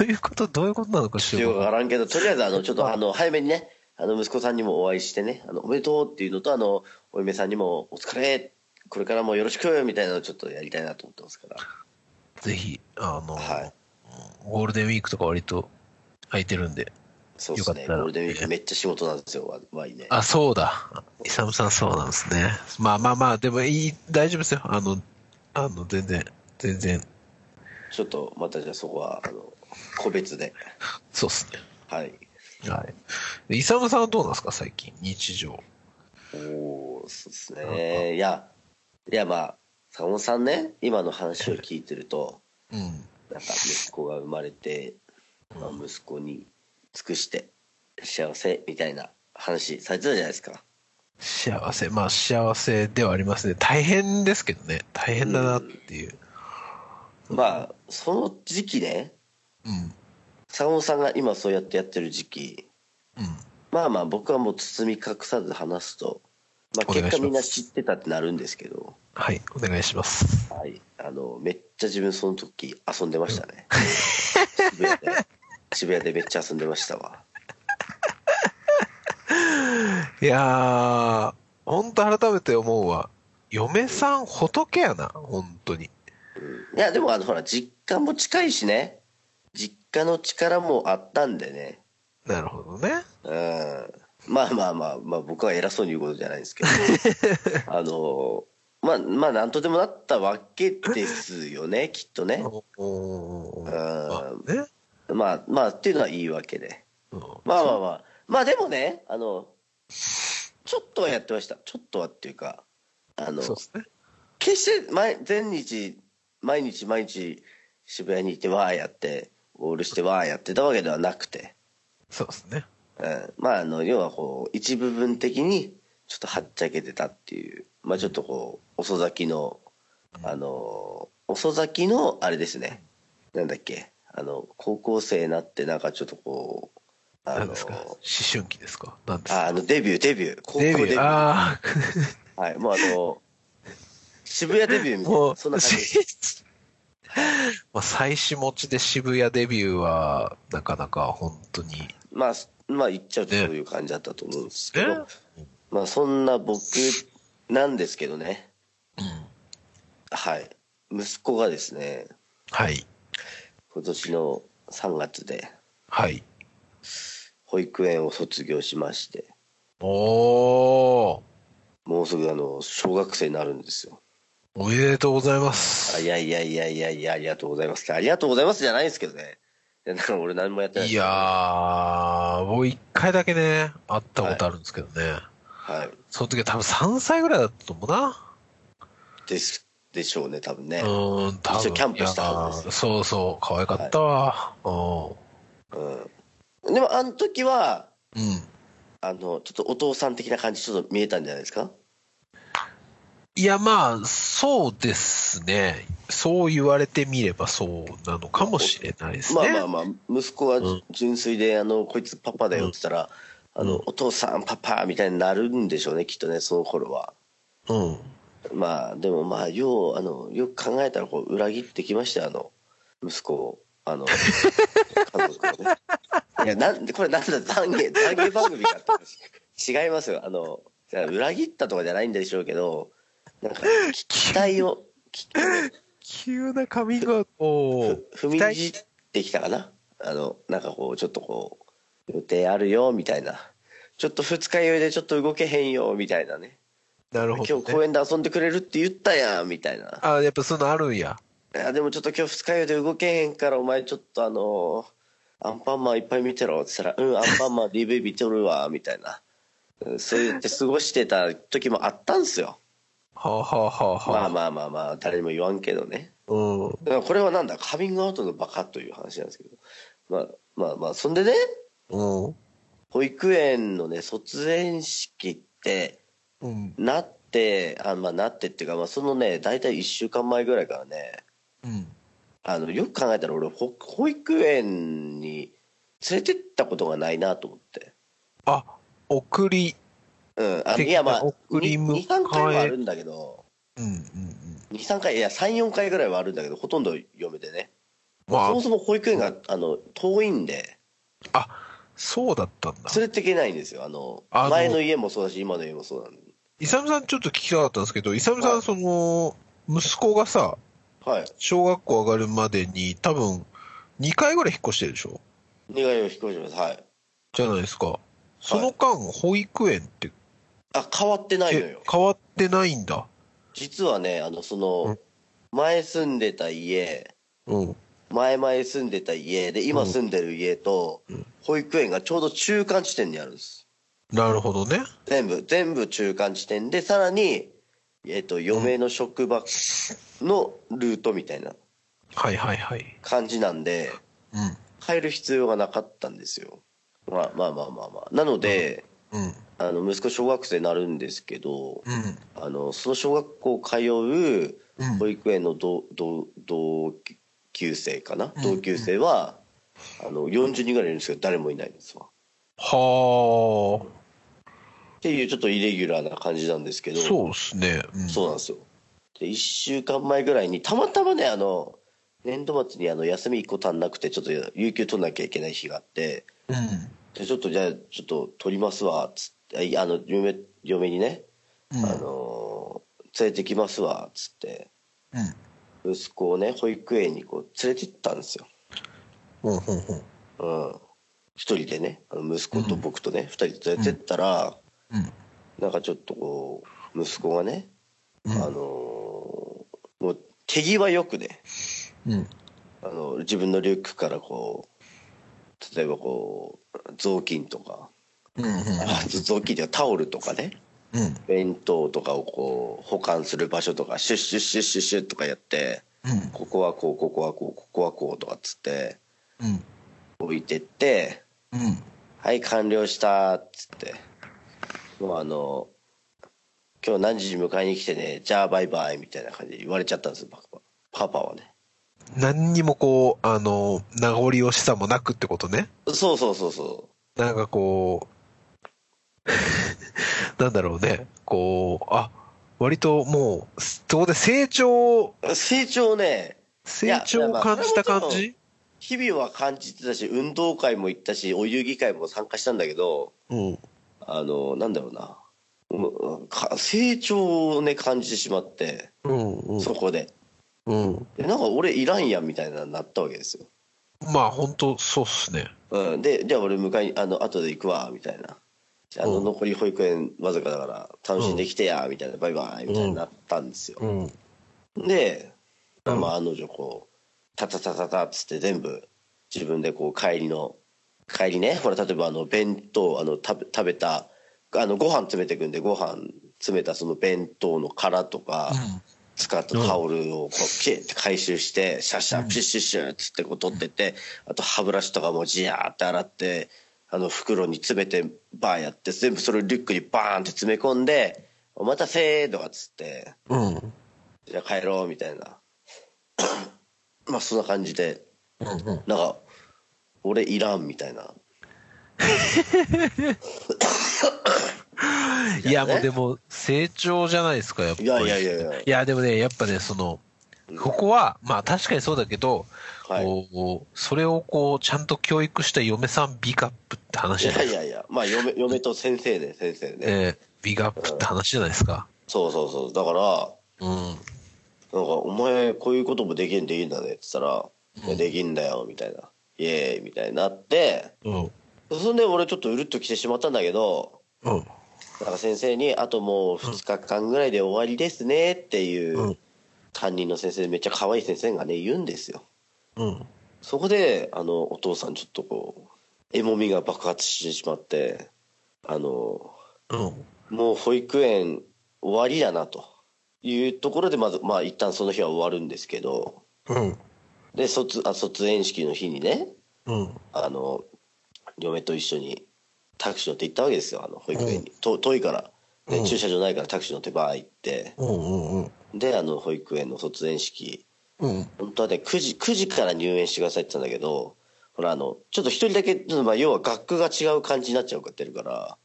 A: [laughs] ういうこと、どういうことなのかし
B: よくわ
A: ら。
B: からんけど、とりあえず、あの、ちょっと、あの、早めにね、あの、息子さんにもお会いしてね、あの、おめでとうっていうのと、あの、お嫁さんにも、お疲れ、これからもよろしく、みたいなのをちょっとやりたいなと思ってますから。
A: ぜひ、あの、
B: はい
A: ゴールデンウィークとか割と空いてるんで。
B: そうですね、
A: よ
B: ゴ
A: かったら
B: ールデンウィークめっちゃ仕事なんですよ、ワワイね。
A: あ、そうだ。イサムさんそうなんですね。まあまあまあ、でもいい、大丈夫ですよ。あの、あの、全然、全然、
B: ちょっと、またじゃあそこは、あの、個別で、
A: そうっす
B: はい。
A: ね。はい。イサムさんはどうなんですか、最近、日常。
B: おおそうです
A: なん
B: ねいやいやまあ坂本さんね今の話を聞いてると
A: うん。
B: なんか息子が生まれて、まあ、息子に尽くして幸せみたいな話されてたじゃないですか
A: 幸せ、まあ幸せではありますね。大変ですけどね。大変だなっていう。
B: まあその時期ね
A: うん。
B: 坂本さんが今そうやってやってる時期
A: うん。
B: まあまあ僕はもう包み隠さず話すと、まあ、
A: お願いします
B: 結果みんな知ってたってなるんですけど、
A: はい、お願いします。
B: はい、あのめっちゃ自分その時遊んでましたね渋谷で渋谷でめっちゃ遊んでましたわ
A: いやー、ほんと改めて思うわ。嫁さん仏やな、本当に。
B: いやでもあのほら実家も近いしね実家の力もあったんでね
A: なるほどね。
B: うんまあまあまあまあ僕は偉そうに言うことじゃないんですけどあのまあまあなんとでもなったわけですよねきっとね
A: おおー
B: あー
A: あね。
B: まあまあっていうのはいいわけで
A: うん
B: まあまあまあまあでもねあのちょっとはやってましたちょっとはっていうかあの
A: そうですね。
B: 決して毎全日毎日毎日渋谷にいてわーやってオールしてわーやってたわけではなくて、
A: そうですね。
B: うん、まああの要はこう一部分的にちょっとはっちゃけてたっていうまあちょっとこう遅咲きのあの遅咲きのあれですねなんだっけあの高校生になってなんかちょっとこうあ
A: 何
B: の
A: ですか思春期ですか何です
B: あ
A: か
B: あのデビューデビュー高校デ
A: デ
B: ビュー
A: ビュー。あー、
B: はいもうあの渋谷デビューみたい
A: も
B: な
A: [laughs] う、
B: そんな感じです
A: まあ、妻子持ちで渋谷デビューは、なかなか本当に。
B: まあ、まあ言っちゃうとそういう感じだったと思うんですけど、
A: ね
B: まあそんな僕なんですけどね、
A: うん。
B: はい。息子がですね、
A: はい。
B: 今年の3月で
A: はい。
B: 保育園を卒業しまして、
A: おー。
B: もうすぐあの、小学生になるんですよ。
A: おめでとうございま
B: あい
A: す。
B: やいやいやいやいや、ありがとうございます。ありがとうございますじゃないですけどね。いやだから俺何もやってない
A: いやー、僕一回だけね、会ったことあるんですけどね。
B: はい。
A: その時は多分3歳ぐらいだったと思うな。
B: です、でしょうね、多分ね
A: う。ーん、多分。
B: 一緒にキャンプしたはずです
A: いやーそうそう、可愛かったわ。
B: うん。でもあの時は、
A: うん。うん。
B: あの、ちょっとお父さん的な感じちょっと見えたんじゃないですか
A: いや、まあ、そうですね。そう言われてみればそうなのかもしれないですね。
B: まあまあまあ息子は
A: うん
B: 純粋で、あのこいつパパだよって言ったら、あの、
A: うん
B: お父さん、パパみたいになるんでしょうね、きっとね、その頃は。
A: うん。
B: まあ、でもまあ、よう、あの、よく考えたら、こう、裏切ってきましたよ、あの、息子を。あの、家族を
A: [laughs]
B: ね。いや、なんで、これなんだ、懺悔、懺悔番組かって話。違いますよ。あの、じゃあ裏切ったとかじゃないんでしょうけど、なんか、期待を、き
A: 急なカミングアウトを
B: ふ踏みにじってきたかなあのなんかこうちょっとこう予定あるよみたいなちょっと二日酔いでちょっと動けへんよみたいなね
A: なるほど、
B: 今
A: ね。
B: 日公園で遊んでくれるって言ったやんみたいな
A: あ、やっぱそういうのあるんや。
B: あでもちょっと今日二日酔いで動けへんからお前ちょっとあのアンパンマンいっぱい見てろって言ったら「うんアンパンマン DV 見てるわ」みたいなうんそう言って過ごしてた時もあったんすよ
A: はあ、はあはあは
B: ま
A: あ
B: あまあまあまあ誰にも言わんけどね
A: うん。
B: だからこれはなんだカミングアウトのバカという話なんですけどまあまあまあそんでね
A: うん。
B: 保育園のね卒園式って
A: うん。
B: なってあまあなってっていうか、まあ、そのね大体1週間前ぐらいからね
A: うん。
B: あのよく考えたら俺保保育園に連れてったことがないなと思って。
A: あ、送り。
B: うん、あの
A: てか
B: いやまあ
A: 送り迎え
B: 23回はあるんだけど
A: うんうんうん。
B: 23回いや34回ぐらいはあるんだけどほとんど嫁でね
A: ま
B: そ
A: あ
B: も、そも保育園があの遠いんで
A: そうだったんだ。
B: 連れていけないんですよあの
A: あの
B: 前の家もそうだし今の家もそうなんで
A: イサムさんちょっと聞きたかったんですけど、イサムさ
B: は
A: ん
B: い
A: その、息子がさ、
B: はい
A: 小学校上がるまでに多分2回ぐらい引っ越してるでしょ
B: 苦いを飛行しますはい
A: じゃないですか。その間、保育園って、
B: あ変わってないの
A: え
B: よ
A: 変わってないんだ。
B: 実はねあのその
A: ん
B: 前住んでた家
A: うん。
B: 前々住んでた家で
A: う
B: 今
A: ん
B: 住んでる家と
A: うん
B: 保育園がちょうど中間地点にあるんです
A: なるほどね。
B: 全部全部中間地点でさらにえっと嫁の職場のルートみたいな
A: はいはいはい。
B: 感じなんで変える必要がなかったんですよまあまあまあまあまあなので
A: うん。うん。
B: あの息子小学生になるんですけど
A: うん。
B: あのその小学校通う
A: うん
B: 保育園の同同同級生かな
A: うん
B: 同級生は、あの40人ぐらいいるんですけど誰もいないんですわ
A: は
B: っていうちょっとイレギュラーな感じなんですけ
A: あ、
B: ど
A: そうですね。うん、
B: そうなんですよで1週間前ぐらいにたまたまねあの年度末にあの休み1個足んなくてちょっと有給取んなきゃいけない日があってでちょっとじゃあちょっと取りますわっつってあいあの嫁嫁にね、
A: うん。うん。
B: あの連れてきますわっつって
A: うん。
B: 息子をね保育園にこう連れて行ったんですよ
A: うんうんうん
B: うん一人でねあの息子と僕とね、二人で連れてったら、
A: うん
B: なんかちょっとこう息子がね、
A: う
B: あ
A: ん
B: のーもう手際よくね
A: うん
B: あの自分のリュックからこう例えばこう雑巾とか
A: うんうん
B: あ雑巾とかタオルとかね
A: うん
B: 弁当とかをこう保管する場所とかシュッシュッシュッシュッシュッとかやって
A: うん
B: ここはこうここはこうここはこうとかっつって
A: うん
B: 置いてって
A: うん
B: はい、完了したっつって、もうあの、今日何時に迎えに来てね、じゃあバイバイみたいな感じで言われちゃったんですよ、パパパパはね。
A: 何にもこう、あの、名残惜しさもなくってことね。
B: そうそうそうそ
A: なんかこう、 [laughs] なんだろうね。こう、あ、割ともう、そこで成長、
B: う。成長をね、
A: 成長を感じた感じ
B: 日々は感じてたし、運動会も行ったし、お遊戯会も参加したんだけど、
A: うん。
B: あの、なんだろうな、うんか成長をね、感じてしまって、
A: うんうん
B: そこで。
A: うん。
B: でなんか俺いらんやんみたいななったわけですよ。
A: まあ本当そうっすね。
B: うん、で、じゃあ俺迎えに、あの、後で行くわ、みたいな。あの、
A: うん
B: 残り保育園わずかだから、楽しんできてや、みたいな、バイバイ、みたいになったんですよ。
A: うん。
B: で、
A: うん
B: まあ、案の定こう、タタタタタっつって全部、自分でこう、帰りの、帰りね、ほら、例えばあの、弁当、あの、食べ食べた、あの、ご飯詰めてくんで、ご飯詰めたその弁当の殻とか、使ったタオルをこうピッて回収してシャッシャッピシュッシュッつってこう取ってってあと歯ブラシとかもジヤーって洗ってあの袋に詰めてバーやって全部それをリュックにバーンって詰め込んで「お待たせ」とかっつって
A: うん。うん。
B: 「じゃあ帰ろう」みたいな [coughs] まあそんな感じで
A: うんうん
B: なんか「俺いらん」みたいな
A: いや、もうでも、成長じゃないですか、やっぱり。
B: いやいやいやいや
A: いやでもね、やっぱね、その、ここは、まあ確かにそうだけど、
B: はい
A: こう、それをこう、ちゃんと教育した嫁さんビガップって話じ
B: い
A: ゃな
B: や
A: いで
B: い
A: すか。
B: やいや、まあ嫁嫁と先生ね、先生ね。
A: ええビガップって話じゃないですか。
B: そうそうそう。だから、
A: うん。
B: なんか、お前、こういうこともできん、できんだねって言ったら、いやできんだよ、みたいな。イエーイ、みたいになって、
A: うん。
B: そんで俺ちょっとうるっと来てしまったんだけど、
A: うん。
B: なんか先生に、あともう2日間ぐらいで終わりですねっていう、
A: うん
B: 担任の先生、めっちゃ可愛い先生がね、言うんですよ。
A: うん。
B: そこで、あの、お父さんちょっとこう、えもみが爆発してしまって、あの、
A: うん。
B: もう保育園終わりだなというところで、まず、まあ一旦その日は終わるんですけど、
A: うん。
B: で、卒、あ卒園式の日にね、
A: うん。
B: あの、嫁と一緒にタクシー乗って行ったわけですよ、あの、保育園に。と遠いから、ね
A: うん
B: 駐車場ないからタクシー乗ってバー行って、
A: うん。うん。
B: で、あの、保育園の卒園式、
A: うん。
B: 本当はね、9時、9時から入園してくださいって言ったんだけど、ほら、あの、ちょっと一人だけ、ちょっとまあ、要は学区が違う感じになっちゃうかってるから、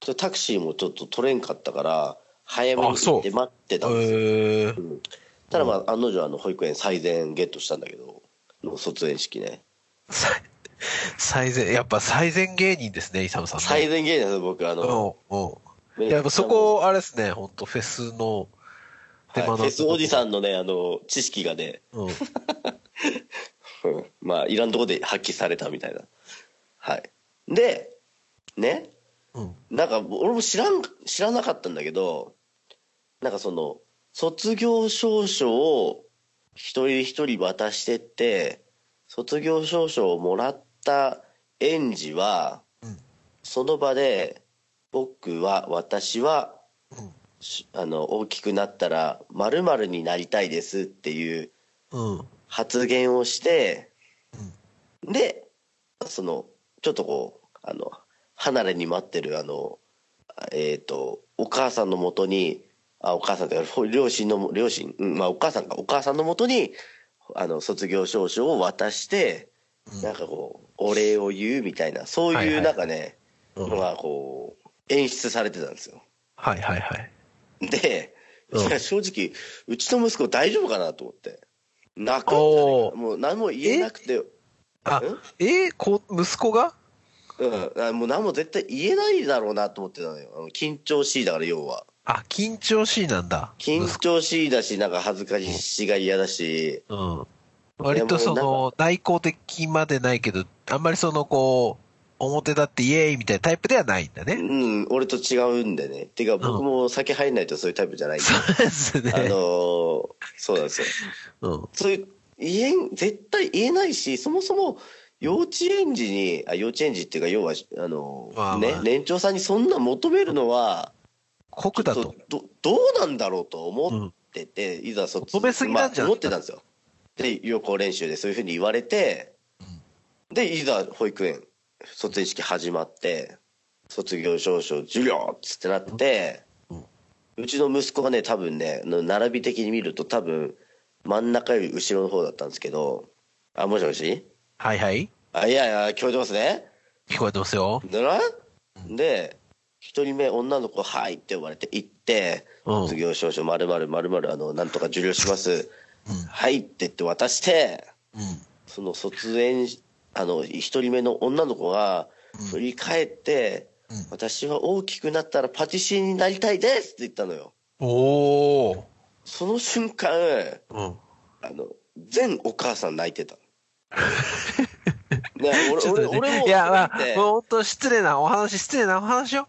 B: ちょっとタクシーもちょっと取れんかったから、早めに
A: あそ
B: 行
A: う
B: って待ってたんですよ。
A: えー
B: ただまあ、案の定、あの、保育園最善ゲットしたんだけど、の卒園式ね。
A: 最最善、やっぱ最善芸人ですね、イサムさんね。
B: 最善芸人なんですよ、僕、あ
A: う
B: の、
A: ん。うん。いや、やっぱそこ、あれですね、本当フェスの、
B: はい
A: 学ぶ
B: フェスおじさんのね、あの、知識がね、
A: うん。
B: うんまあ、いらんとこで発揮されたみたいな。はい。で、ね、
A: うん。
B: なんか、俺も知らん、知らなかったんだけど、なんかその、卒業証書を一人一人渡してって、卒業証書をもらった園児は、
A: うん
B: その場で、僕は、私は、しあの、大きくなったら、〇〇になりたいですっていう
A: うん。うん。
B: 発言をして、でそのちょっとこうあの離れに待ってるあのえっ、とお母さんのもとにあお母さんというか両親の両親、うんまあ、お母さんかお母さんのもとにあの卒業証書を渡して、
A: うん
B: なんかこうお礼を言うみたいなそう
A: はい
B: い
A: は
B: う
A: い
B: なんかね、
A: うん
B: のがこう演出されてたんですよ
A: はいはいはい。
B: で、
A: うん
B: いや正直うちの息子大丈夫かなと思って泣くんじゃない
A: お
B: か
A: ー
B: もう何も言えなくて
A: あ、えーこう、息子が
B: うん、あもう何も絶対言えないだろうなと思ってたのよあの緊張しいだから要は
A: あ、緊張しいなんだ。
B: 緊
A: 息
B: 張しいだしなんか恥ずかしが嫌だし
A: 子うん。割とその、内向的までないけど、あんまりその、こう、表立ってイエーイみたいなタイプではないんだ
B: う
A: ね。
B: ん俺と違うんでねていうか僕も酒入んないとそういうタイプじゃないんで、
A: そうですね。
B: あのーそうなんですよ
A: うん。
B: そういう言えん絶対言えないしそもそも幼稚園児にあ幼稚園児っていうか要はあのー
A: まあまあ
B: ね、年長さんにそんな求めるのは
A: 酷だ
B: ちょ
A: と
B: っ。どどうなんだろうと思ってて、いざ卒
A: 求めすぎなんじゃない
B: まあ思ってたんですよで予行練習でそういうふうに言われて、でいざ保育園卒園式始まって卒業証書授業っつってなって、う
A: うん
B: ちの息子がね多分ねの並び的に見ると多分真ん中より後ろの方だったんですけどあもしもし
A: はいはい。
B: あいやいや聞こえてますね
A: 聞こえてますよ。
B: だろで一人目女の子「はい」って呼ばれて行って
A: うん
B: 卒業証書まるまるまるまるあのなんとか受領します
A: うん
B: はいって言って渡して
A: うん。
B: その卒園あの一人目の女の子が振り返って、
A: うん
B: 私は大きくなったらパティシエになりたいです」って言ったのよ
A: おー。
B: その瞬間
A: うん。
B: あの全お母さん泣いて
A: [laughs]
B: たね
A: ちょっ
B: 俺俺
A: とね
B: 俺も
A: いや、ま
B: それ見
A: あ、
B: て
A: もう本当失礼なお話、失礼なお話よ。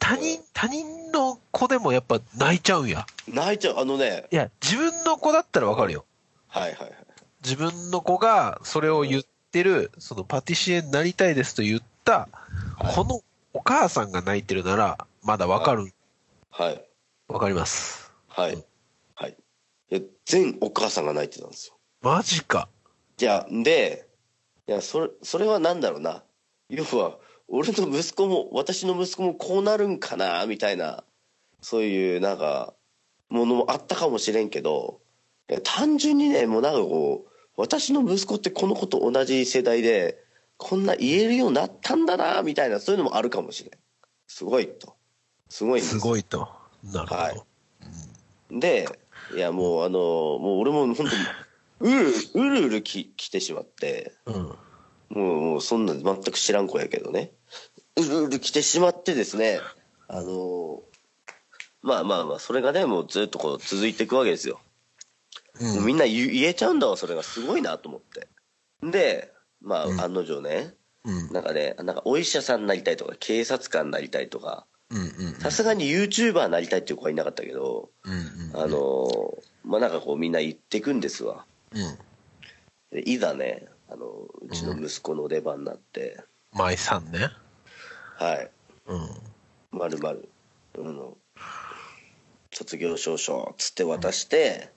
A: 他人、他人の子でもやっぱ泣いちゃうんや。
B: 泣いちゃうあのね
A: いや、自分の子だったらわかるよ。
B: はいはいはい
A: 自分の子がそれを言ってる、そのパティシエになりたいですと言った、このお母さんが泣いてるなら、まだわかる、
B: はい
A: わかります。
B: はい。はい。いや、全お母さんが泣いてたんですよ。
A: マジか。
B: いや、で、いや、それ、それはなんだろうな。要は、俺の息子も、私の息子もこうなるんかな、みたいな、そういう、なんか、ものもあったかもしれんけど、いや単純にね、もうなんかこう、私の息子ってこの子と同じ世代で、こんな言えるようになったんだな、みたいな、そういうのもあるかもしれん。すごいと。すごいんです
A: すごいと。なるほど。
B: はいで、いや、もう、あの、もう俺も本当に、うるうる、うるうるき来てしまって、
A: うん。
B: もう、もうそんなん全く知らん子やけどね。うるうる来てしまってですね、あの、まあまあまあ、それがね、もうずっとこう続いていくわけですよ。もう
A: うん。
B: みんな言言えちゃうんだわ、それが。すごいなと思って。で、まあ、
A: うん
B: 案の定ね、
A: うん。
B: なんかね、なんかお医者さんになりたいとか、警察官になりたいとか、
A: うん。うん。
B: さすがに YouTuber になりたいっていう子はいなかったけど、
A: うん。うん
B: あ、のーまあなんかこうみんな言ってくんですわ。
A: うん。
B: でいざね、あの、うちの息子の出番になって、
A: 舞さんね。
B: はい、
A: うん。
B: まるまる、あの、卒業証書、つって渡して、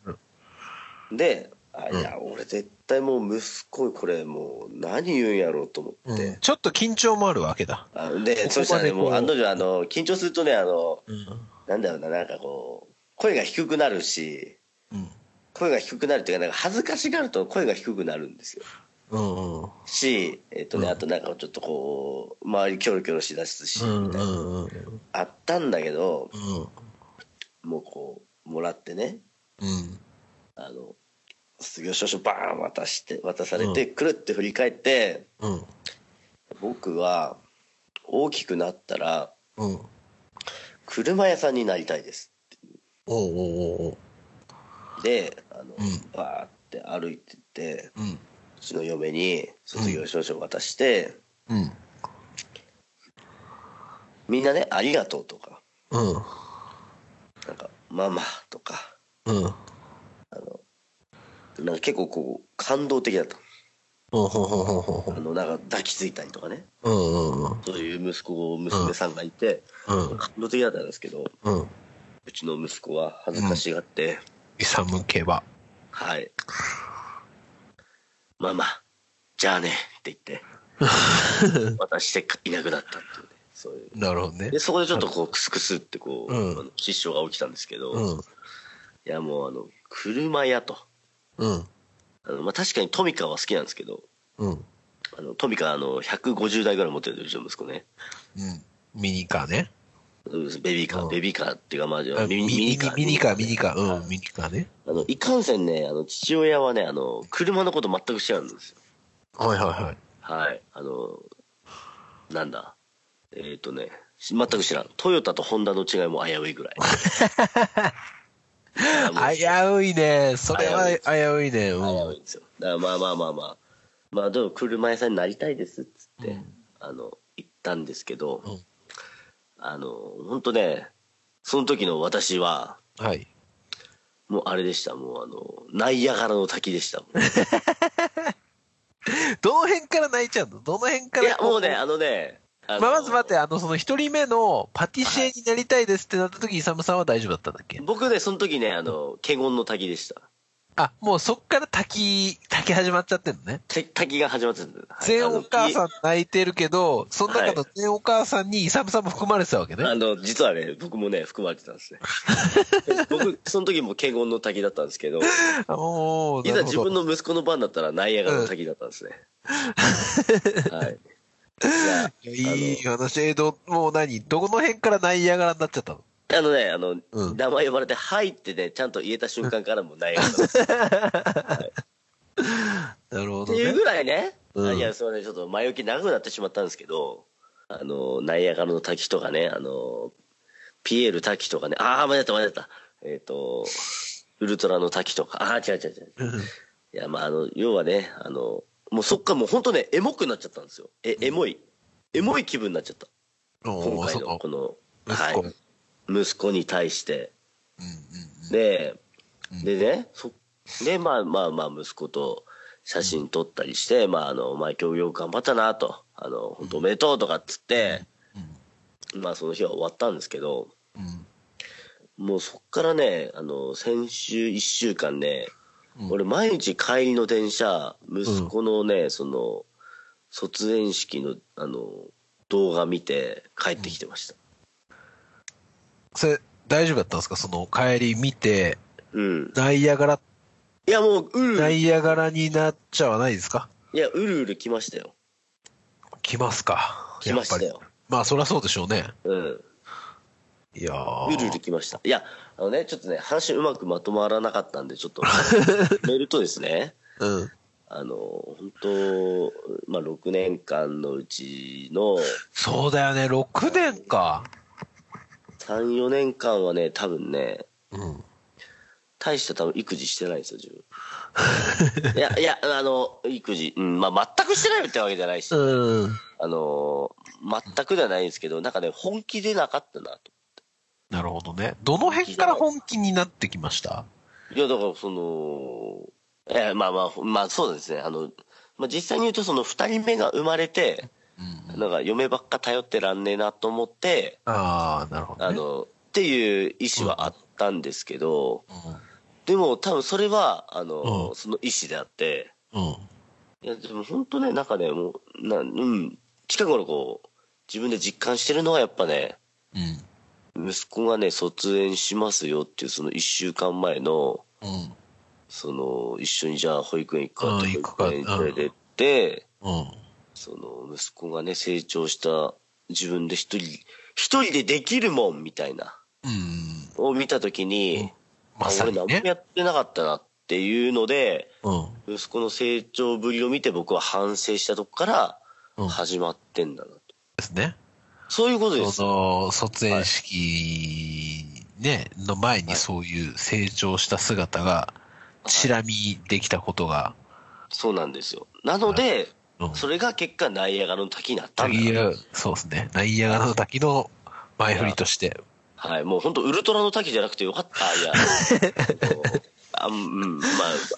B: で、あいや、俺絶対もう息子、これもう何言うんやろうと思
A: う
B: って。
A: ん、ちょっと緊張もあるわけだ。こ
B: あ
A: こま
B: で、
A: で
B: そしたらね、
A: こう
B: もう、案の定、あの、緊張するとね、あの、
A: うん。
B: なんだろうな、なんかこう、声が低くなるし、
A: うん。
B: 声が低くなるっていうか、なんか恥ずかしがると声が低くなるんですよ。
A: うん。うん。
B: し、えっとね、
A: うん
B: あとなんかちょっとこう、周りキョロキョロしだすし、
A: うん。
B: みたいな
A: うん。うん。
B: あったんだけど、
A: うん。
B: もうこう、もらってね、
A: うん。
B: あの、卒業証書バーン渡して、渡されて、くるって振り返って、
A: うん。
B: 僕は、大きくなったら、
A: うん。
B: 車屋さんになりたいです。
A: おうおうおうおう。
B: であの、
A: うん
B: バーって歩いてって
A: うん。
B: うちの嫁に卒業証書を渡して、
A: うん。
B: みんなね「ありがとう」とか
A: うん。
B: 「なんかママ」とか
A: うん。うん。
B: なんか結構こう感動的だった
A: ほうほうほうほうほ
B: あのなんか抱きついたりとかね
A: う。うん。うん。
B: そういう息子娘さんがいて、
A: うん。
B: 感動的だったんですけど
A: うん。
B: うちの息子は恥ずかしがって「
A: イサム系は。
B: はいママじゃあね」って言って
A: [laughs]
B: 渡していなくなったっていうねそういう
A: なるほどね
B: で。そこでちょっとこうクスクスってこう、
A: うん
B: あの失笑が起きたんですけど、
A: う
B: い
A: ん。
B: やもうあの車屋と
A: うん。
B: あの、まあ、確かにトミカは好きなんですけど
A: うん。
B: あのトミカあの150台ぐらい持ってるうちの息子ね
A: うん。ミニカーね。
B: うんベビーカー、
A: うん
B: ベビーカーっていうかまあ
A: あ
B: ミニミニカー
A: ミニカー、ミニカー。うん、ミニカーね。
B: あのいかんせんねあの父親はねあの車のこと全く知らんんですよ
A: はいはいはい。
B: はいあのなんだえっ、とねし全く知らんトヨタとホンダの違いも危う
A: [laughs]
B: いぐらいいやもう
A: 危ういね。それは危ういね。
B: 早
A: う
B: いんですよだからまあまあまあまあまあでも車屋さんになりたいですっつって、あの行ったんですけど、
A: うん
B: あの本当ねその時の私は
A: ん。はい。
B: もうあれでしたもうあのナイアガラの滝
A: [laughs]
B: でしたもん
A: どの辺から泣いちゃうのどの辺か
B: い
A: ら
B: やもうねあのねあの
A: まあ、まず待って、あの、その一人目のパティシエになりたいですってなった時、イサムさんは大丈夫だったんだっけ
B: 僕ねその時ねあの華厳の滝でした
A: あ、もうそっから滝、滝始まっちゃってんのね。
B: た滝が始まってたんだ、はい
A: 全お母
B: あ
A: さん泣いてるけど、その中の全お母さんにイサムさんも含まれてたわけね
B: の。あの実はね僕もね含まれてたん
A: [laughs]
B: ですね僕その時も華厳の滝だったんですけど
A: おー、
B: い
A: な
B: ざ
A: る
B: 自
A: ほ
B: 分
A: ど。
B: の息子の番だったらナイアガラの滝だったんですね。はい。
A: [laughs]
B: いや
A: いい話、えど、もう何どこの辺からナイアガラになっちゃったの
B: あのね、あの、
A: うん
B: 名前呼ばれて、はいってね、ちゃんと言えた瞬間からもうナイアガラなんですよ
A: なるほ
B: って
A: ど
B: いう
A: ね。
B: ぐらいね、
A: うん
B: いや、すみません、ちょっと前置き長くなってしまったんですけど、あの、ナイアガラの滝とかね、あの、ピエール滝とかね、ああ、間違った間違った。えっ、と、ウルトラの滝とか、ああ、違う違う違う。
A: うん
B: いや、まあ、あの、要はね、あの、もうそっからもう本当ね、エモくなっちゃったんですよ。え、エモい。エモい気分になっちゃった。
A: お
B: 今
A: ー、
B: 回
A: そ
B: の
A: の
B: この
A: 息
B: は
A: 子。
B: い息子に対して
A: うんうんうん
B: で
A: うん
B: でねそでまあまあまあ息子と写真撮ったりして、まああのまあ今日よく頑張ったなとあの本当おめでとうとかっつって、まあその日は終わったんですけど
A: うん
B: もうそっからねあの先週1週間ね、
A: うん
B: 俺毎日帰りの電車息子のね、その卒園式のあの動画見て帰ってきてました
A: それ、大丈夫だったんですかその帰り見て、
B: うん
A: ナイアガラ、
B: いやもううるう
A: ナ
B: る
A: イアガラになっちゃわないですか
B: いやうるうる来ましたよ
A: 来ますか。
B: 来ました
A: やっぱ
B: よ
A: り。まあ、そりゃそうでしょうね。
B: うん。
A: いや
B: ゆるゆる
A: ー
B: 来ました。いや、あのね、ちょっとね、話うまくまとまらなかったんで、ちょっ
A: [laughs]
B: と、メールとですね、
A: うん。
B: あの、本当まあ、6年間のうちの
A: そうだよね、6年か。
B: 3、4年間はね、多分ね、
A: うん。
B: 大した多分育児してないんですよ、自分。いや、いや、あの、育児、うん、まあ、全くしてないってわけじゃないし、
A: うん。
B: あの、全くではないんですけど、なんかね、本気でなかったなと。
A: なるほどね。どの辺から本気になってきました
B: いや、だから、その、えーまあまあ、まあ、そうですね、あの、まあ、実際に言うと、その、二人目が生まれて、
A: うん。
B: なんか、嫁ばっか頼ってらんねえなと思って、
A: ああ、なるほど、
B: あ
A: ね。
B: の、っていう意思はあったんですけど、でも、多分それは、あ
A: う
B: の、
A: ん
B: その意思であって、
A: うん。うん。
B: いや、でも本当ね、なんかね、もう、なうん、近頃こう、自分で実感してるのはやっぱね、
A: うん。
B: 息子がね、卒園しますよっていう、その1週間前の、
A: うん。
B: その、一緒にじゃあ保育園行くかって
A: うん行くか
B: 保育園に連れてって、
A: うん。
B: その、息子がね、成長した、自分で一人、一人でできるもんみたいな、
A: うん。
B: を見たときに、
A: まさ
B: あ俺
A: に
B: 何も
A: ね。
B: やってなかったなっていうので、
A: うん。
B: 息子の成長ぶりを見て僕は反省したとこから
A: うん
B: 始まってんだなと。
A: ですね。
B: そういうことで
A: そ
B: す。
A: の卒園式、ね、の前にそういう成長した姿がちら見できたことが、
B: そうなんですよ。なので、
A: うん、
B: それが結果、ナイアガの滝になった
A: ナ
B: んだ
A: イ
B: よ
A: アそうですね、ナイアガラの滝の前振りとして、
B: はい、もう本当、ウルトラの滝じゃなくてよかった、あ
A: [laughs]
B: いや、あんうん、まあ、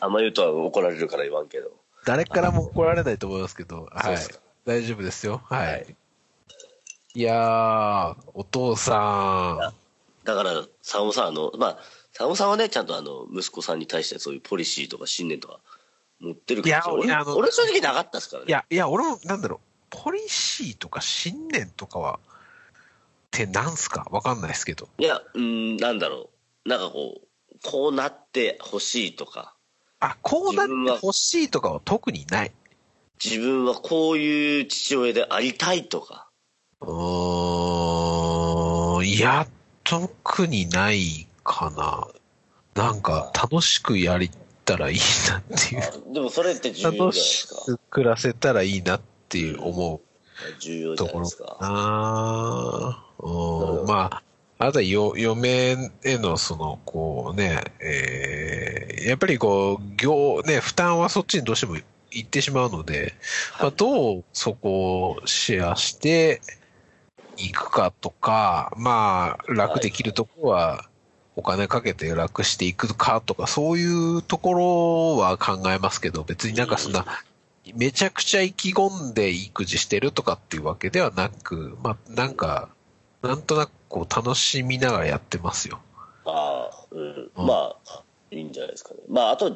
B: あんま言うとは怒られるから言わんけど、
A: 誰からも怒られないと思いますけど、
B: そう
A: は
B: っ
A: い
B: すか、
A: 大丈夫ですよ。は
B: はいい。
A: いやー、お父さ
B: だから、坂本さん、あの、まあ、坂本さんはね、ちゃんとあの息子さんに対してそういうポリシーとか信念とか持ってるから、
A: いやい
B: 俺
A: やあの
B: 俺正直なかったですから
A: ん。い
B: ね。
A: や、いや、俺も、なんだろう、ポリシーとか信念とかは、ってなんすかわかんないですけど。
B: いや、うん、なんだろう、なんかこう、こうなってほしいとか、
A: あ、こうなってほしいとかは特にない。
B: 自分はこういう父親でありたいとか、
A: うーん、いや、特にないかな。なんか、楽しくやれたらいいなっていう。
B: でもそれって重要じゃない
A: 楽
B: です
A: し
B: か。
A: く暮らせたらいいなっていう思
B: 重要
A: う
B: じゃ
A: と
B: な
A: ころ
B: いです
A: か
B: か。
A: な。うん、まあ、あとはよ嫁へのその、こうね、えーやっぱりこう、業、ね、負担はそっちにどうしても行ってしまうので、まあ、どうそこをシェアしていくかとか、まあ、楽できるとこはお金かけて楽していくかとか、そういうところは考えますけど、別になんかそんな、めちゃくちゃ意気込んで育児してるとかっていうわけではなく、まあ、なんか、なんとなくこう楽しみながらやってますよ。
B: ああ、うん。
A: うん
B: まあ、いいんじゃないですかね。まあ、あと、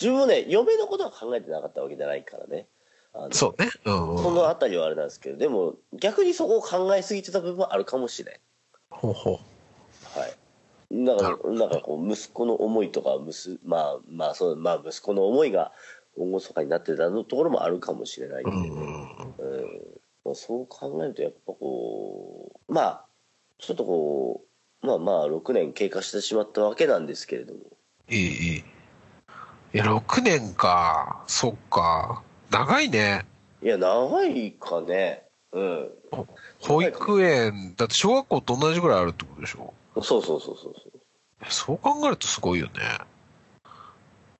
B: 自分もね、嫁のことは考えてなかったわけじゃないからね。あの
A: そうね。うん、うん。
B: そのあたりはあれなんですけど、でも、逆にそこを考えすぎてた部分はあるかもしれない。
A: ほうほ
B: はい。だ
A: な
B: か
A: るほ
B: ら、なんかこう、息子の思いとか、むすまあ、まあ、そう、まあ、息子の思いが、大ごそかになってたのところもあるかもしれないん
A: う。う
B: で、
A: んうん。
B: まあ、そう考えるとやっぱこうまあちょっとこうまあまあ6年経過してしまったわけなんですけれども
A: いい、いい。いや、6年か。そっか。長いね。
B: いや長いかねうん
A: 保育園、だって小学校と同じぐらいあるってことでしょ。
B: そうそうそうそう
A: そう考えるとすごいよね。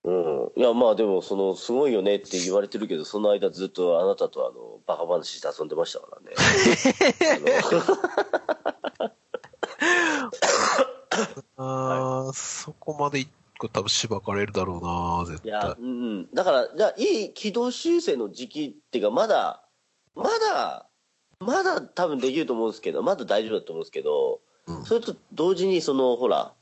B: そううんいやまあでもそのすごいよねって言われてるけどその間ずっとあなたとあのバカ話して遊んでまし
A: [laughs]
B: たからね
A: あーそこまで一個多分しばかれるだろうな、絶
B: い
A: 対。
B: やうんだからじゃあいい軌道修正の時期っていうかまだまだまだ多分できると思うんですけどまだ大丈夫だと思うんですけど
A: うん
B: それと同時にそのほら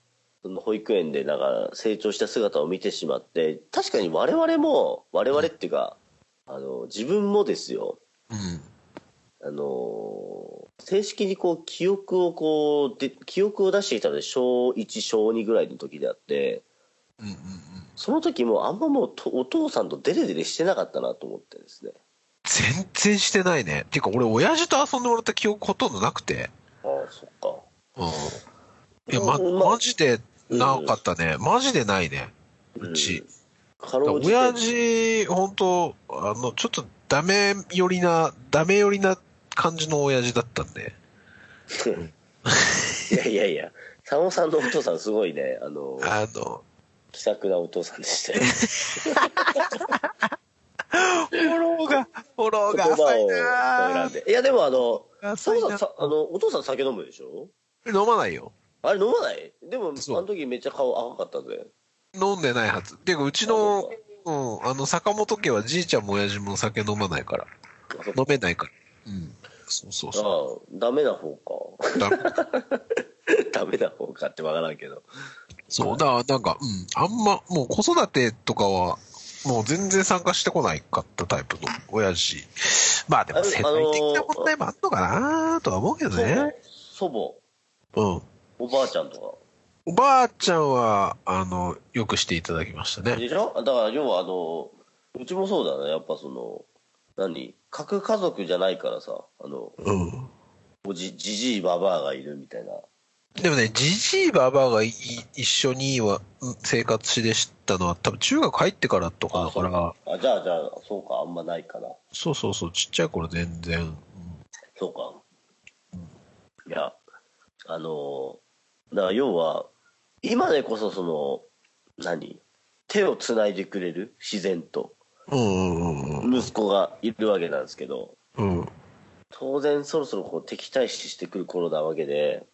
B: その保育園でなんか成長した姿を見てしまって確かに我々も我々っていうか、あの自分もですよ
A: うん。
B: あの正式にこう記憶をこうで記憶を出していたので小1小2ぐらいの時であって
A: うんうんうん。
B: その時もあんまもうとお父さんとデレデレしてなかったなと思ってですね
A: 全然してないね。ていうか、俺、親父と遊んでもらった記憶ほとんどなくて。
B: ああ、そっか。
A: うん。いや、ま、
B: うんまあ
A: マジでなかったね。マジでないね。
B: うん
A: うち。
B: か
A: だ
B: ろ
A: から
B: うじ
A: 親父、
B: て。
A: 本当あの、ちょっとダメ寄りな、ダメ寄りな感じの親父だったんで。
B: いやいやいや、佐野さんのお父さんすごいね、あの、
A: [laughs] あの、
B: 気さくなお父さんでしたよ。
A: フォローが、フォロー
B: 言
A: が
B: 葉
A: 浅い
B: を選
A: なん
B: で。いやでもあの、
A: ぁ浅
B: そも
A: い
B: そ
A: な
B: も
A: ぁ
B: さあのお父さん酒飲むでしょ
A: 飲まないよ。
B: あれ飲まないでも、あ
A: そう
B: の時めっちゃ顔赤かったぜ。
A: 飲んでないはず。ていうか、うちの、うん、あの、坂本家はじいちゃんも親父も酒飲まないから。
B: あそっか
A: 飲めないから。うん。そうそうそう。
B: ああダメな方か。 [laughs]
A: だ
B: ダメな方かってわからんけど。
A: そう、だからなんか、うん、あんま、もう子育てとかは、もう全然参加してこないかったタイプの親父。まあでも世代的な問題もあんのかなとは思うけどね。
B: 祖母、
A: うん。
B: おばあちゃんと
A: おばあちゃんは、あの、よくしていただきました
B: か。
A: ね。
B: でしょだ [laughs] から要はあの、うちもそうだね。やっぱその、何核家族じゃないからさ、あの、
A: うん。
B: おじ、じじいばばあがいるみたいな。
A: でもね、じじいばばあがい一緒にはうん生活しでしたのは、多分中学入ってからとかだから、
B: あ、じゃあじゃあ、そうか、あんまないかな。
A: そうそうそう、ちっちゃい頃全然。うん
B: そうか。いや、あのー、だから要は、今でこそその、何手をつないでくれる自然と
A: うんうんうんうん。
B: 息子がいるわけなんですけど
A: うん
B: 当然そろそろこう敵対視してくる頃なわけで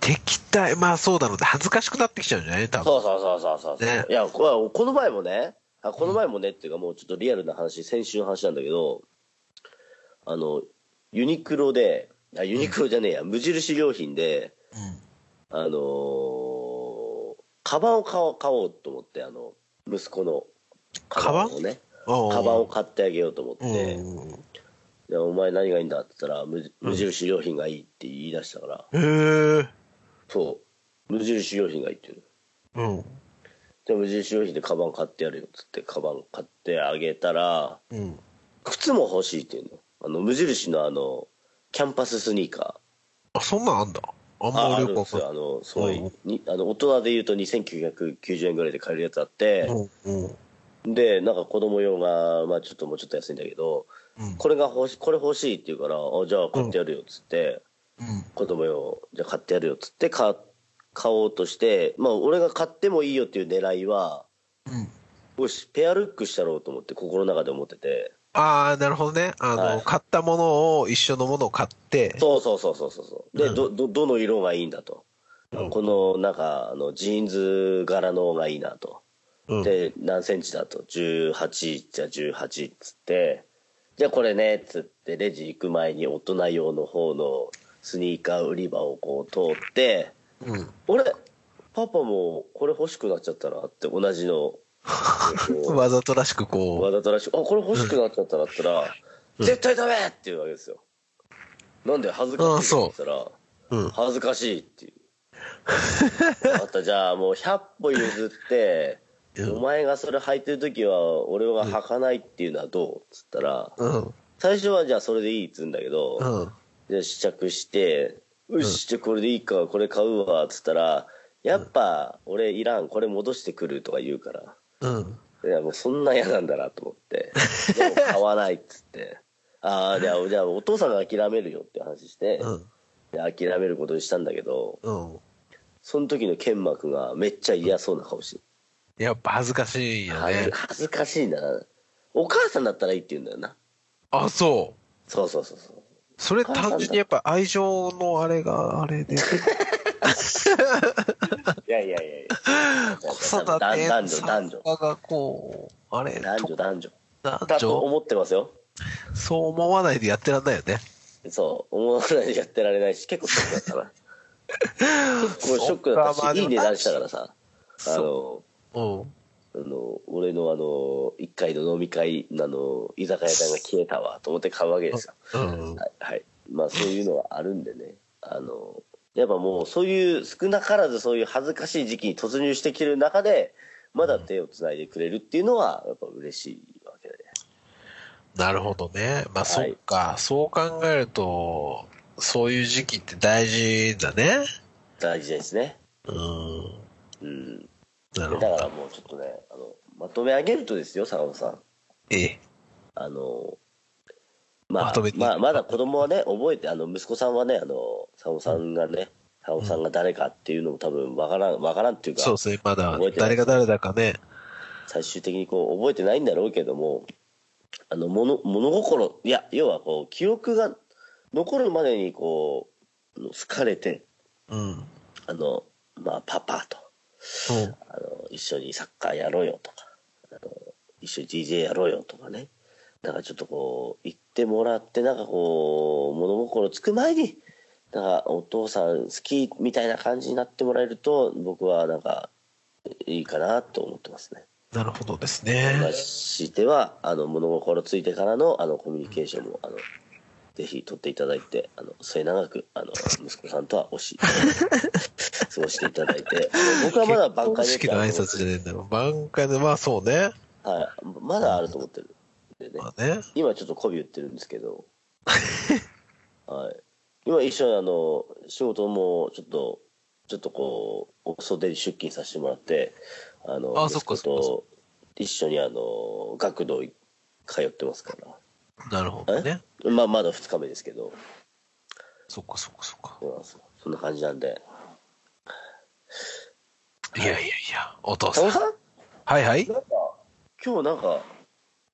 A: 敵対、まあそうだろうね。恥ずかしくなってきちゃうんじゃない多分。
B: そうそうそうそうそうそう、
A: ね
B: いやここの前もねあこの前もねっていうかもうちょっとリアルな話先週の話なんだけどあのユニクロであユニクロじゃねえや、無印良品であのーカバンを買おう買おうと思ってあの息子の
A: カバン
B: をね
A: うん。
B: カバンを買ってあげようと思っ
A: うん
B: て、
A: うんうん。
B: でお前何がいいんだって言ったら無無印良品がいいって言い出したから、
A: へえ。
B: そう無印良品がいいって言う
A: うん。
B: じゃあ無印良品でカバン買ってやるよっつってカバン買ってあげたら
A: うん。
B: 靴も欲しいっていうのあの無印のあのキャンパススニーカ
A: あ、そんなんあんだ。あん
B: ーあ
A: ま
B: あ
A: 俺よ
B: るん
A: く
B: で
A: わ
B: す
A: かんな
B: よ
A: い。
B: あのすごい、
A: うん
B: にあの大人でいうと2990円ぐらいで買えるやつあって、
A: うんうん。
B: でなんか子供用が、まあ、ちょっともうちょっと安いんだけど
A: うん
B: これが欲しこれ欲しいって言うからあじゃあ買ってやるよっつって、
A: うん。
B: 子供用じゃあ買ってやるよっつって買買おうとしてまあ俺が買ってもいいよっていう狙いは
A: うん。
B: よしペアルックしたろうと思って心の中で思ってて
A: ああ、なるほどね。あの、
B: はい
A: 買ったものを一緒のものを買って、
B: そうそうそうそうそうそうで、
A: うん
B: どどどの色がいいんだと、
A: うん
B: このなんかあのジーンズ柄の方がいいなと
A: うん、
B: で何センチだと18じゃ18っつってじゃあこれねっつってレジ行く前に大人用の方のスニーカー売り場をこう通って
A: うん。
B: 俺パパもこれ欲しくなっちゃったらって同
A: [laughs]
B: じのこ
A: わざとらしく
B: う
A: こ
B: わざとらしく「あこれ欲しくなっちゃったら」ったら「絶対ダメ!」って言うわけですよなんで恥ずかしいのって言ったら
A: う、うん。
B: 恥ずかしいっていうあったじゃあもう100歩譲って
A: うん
B: お前がそれ履いてる時は俺は履かないっていうのはどうっつったら
A: うん。
B: 最初はじゃあそれでいいっつうんだけど、
A: うん。
B: で試着して「よしじゃあこれでいいかこれ買うわ」っつったら「やっぱ俺いらんこれ戻してくる」とか言うから
A: うん。
B: いやもうそんな嫌なんだなと思って「でも買わない」っつって「ああじゃあじゃあお父さんが諦めるよ」って話して
A: うん。
B: で諦めることにしたんだけど
A: うん。
B: その時の剣幕がめっちゃ嫌そうな顔して
A: やっぱ恥ずかしいよ
B: 恥
A: ね
B: ず。恥ずかしいんだなお母さんだったらいいって言うんだよな
A: あ、そう。
B: そうそうそうそう
A: それ単純にやっぱ愛情のあれがあれで、
B: いやいやいやいや
A: 子育
B: 男
A: て
B: 男女男女
A: 差がこう、あれ、
B: 男女男女
A: 男
B: だと
A: 女、
B: 思ってますよ
A: そう思わないでやってらんないよね。
B: そう、思わないでやってられないし、結構ショッ
A: [laughs]
B: クだったな。結構ショックだっ
A: そっかま
B: た
A: あ
B: し、
A: で
B: い
A: も
B: い値段したからさ、あ
A: そ
B: の、
A: う。
B: あの俺のあの、一回の飲み会、あの、居酒屋さんが消えたわと思って買うわけですよ。
A: うん。うん。
B: はい。はい、まあ、そういうのはあるんでね。あの、やっぱもう、そういう、少なからずそういう恥ずかしい時期に突入してきてる中で、まだ手をつないでくれるっていうのは、やっぱ嬉しいわけで。
A: なるほどね。まあ、そ
B: はい
A: っか。そう考えると、そういう時期って大事だね。
B: 大事ですね。
A: うん。
B: うん。
A: なる
B: だ
A: ほ
B: から
A: ど。
B: もうちょっとね、あの、まとめ上げるとですよ、坂本さん。
A: ええ。
B: あの、まあ、
A: ま
B: ま
A: とめて
B: あ、まだ子供はね、覚えて、あの、息子さんはね、あの、坂本さんがね、坂本さんが誰かっていうのも多分わからん、わからんっていうか、
A: そうですね。まだ
B: 覚え、てない
A: 誰が誰だかね。
B: 最終的にこう、覚えてないんだろうけども、あの、物、物心、いや、要はこう、記憶が残るまでにこう、好かれて、
A: うん。うん
B: あの、まあ、パパと、あの、一緒にサッカーやろうよとか、あの、一緒に DJ やろうよとかね。なんかちょっとこう、言ってもらって、なんかこう、物心つく前に、なんかお父さん好きみたいな感じになってもらえると、僕はなんか、いいかなと思ってますね。
A: なるほどですね
B: ま。しては、あの、物心ついてからの、あの、コミュニケーションも、あの、ぜひ取っていただいて、あの、末永く、あの、息子さんとは
A: [laughs]
B: おし、過ごしていただいて、僕はまだ挽
A: 結婚
B: 回で
A: 式
B: き
A: の
B: た
A: 挨拶じゃねえんだろ。挽回で、まあそうね。
B: はい、まだあると思ってるんでね、
A: まあね。
B: 今ちょっと媚び売ってるんですけ
A: [laughs]
B: ど、はい、今一緒にあの仕事もちょっと、ちょっとこう、お袖に出勤させてもらって、あの
A: あそっ
B: 息
A: か
B: 子
A: そっかそ
B: と一緒にあの学童に通ってますか
A: なるほどね。
B: ら、まあ、まだ2日目ですけど、
A: そっかそっかそっか。
B: そうなんですよそんな感じなんで、
A: いやいやいや、お父
B: 佐
A: さん
B: 野。さん、
A: はいはい。
B: なんか、今日なんか、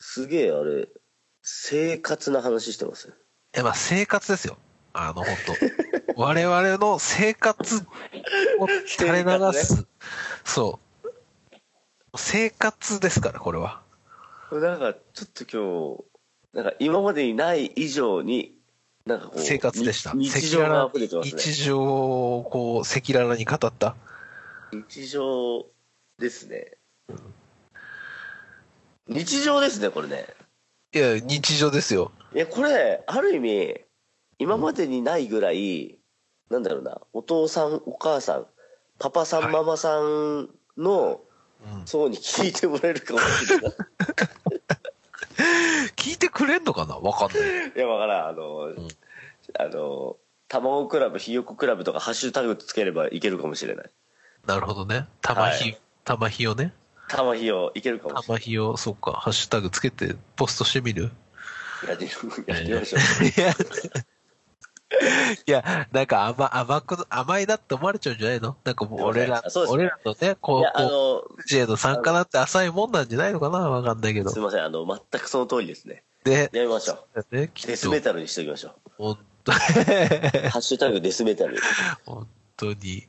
B: すげえあれ、生活な話してます
A: え、まあ生活ですよ。あ
B: [laughs]
A: の、本当我々の生活を垂れ流す。そう。生活ですから、これは。
B: なんかちょっと今日なんか今までにない以上になんかこう
A: 生活でした。
B: に日常が溢れてますね
A: 日常を、こう、赤裸々に語った。
B: 日常ですね日常ですねこれね
A: いや、日常ですよ。
B: いやこれある意味今までにないぐらい、なんだろうなお父さんお母さんパパさん、
A: はい
B: ママさんの
A: うん、
B: 層に聞いてもらえるかもし
A: [laughs]
B: れない
A: 聞いてくれんのかなわかんない。
B: いやわからんあの、
A: ん
B: あの卵クラブひよこクラブとかハッシュタグつければいけるかもしれない
A: なるほどね。玉ひ、
B: は
A: 玉ひをね。
B: 玉ひよいけるかもしれ
A: 玉ひを、そっか、ハッシュタグつけて、ポストしてみる
B: ない。やりやりましょ
A: [laughs]
B: う。
A: いや、いやなんか甘甘く甘いなって思われちゃうんじゃないのなんかもう俺ら
B: あ、そうですね
A: 俺らのね、こ [laughs]
B: いうや、、あ
A: こ
B: の、
A: う、ジェの参加なんて浅いもんなんじゃないのかなわかんないけど
B: す。いません、あの、全くその通りですね。
A: で、
B: やりましょ
A: ね、
B: う。
A: き
B: デ
A: っ
B: ス
A: と
B: メ、タルにしておきましょ
A: 本 [laughs] 当
B: う。ハッシュタグデスメ
A: [laughs]
B: タル。
A: 本当に、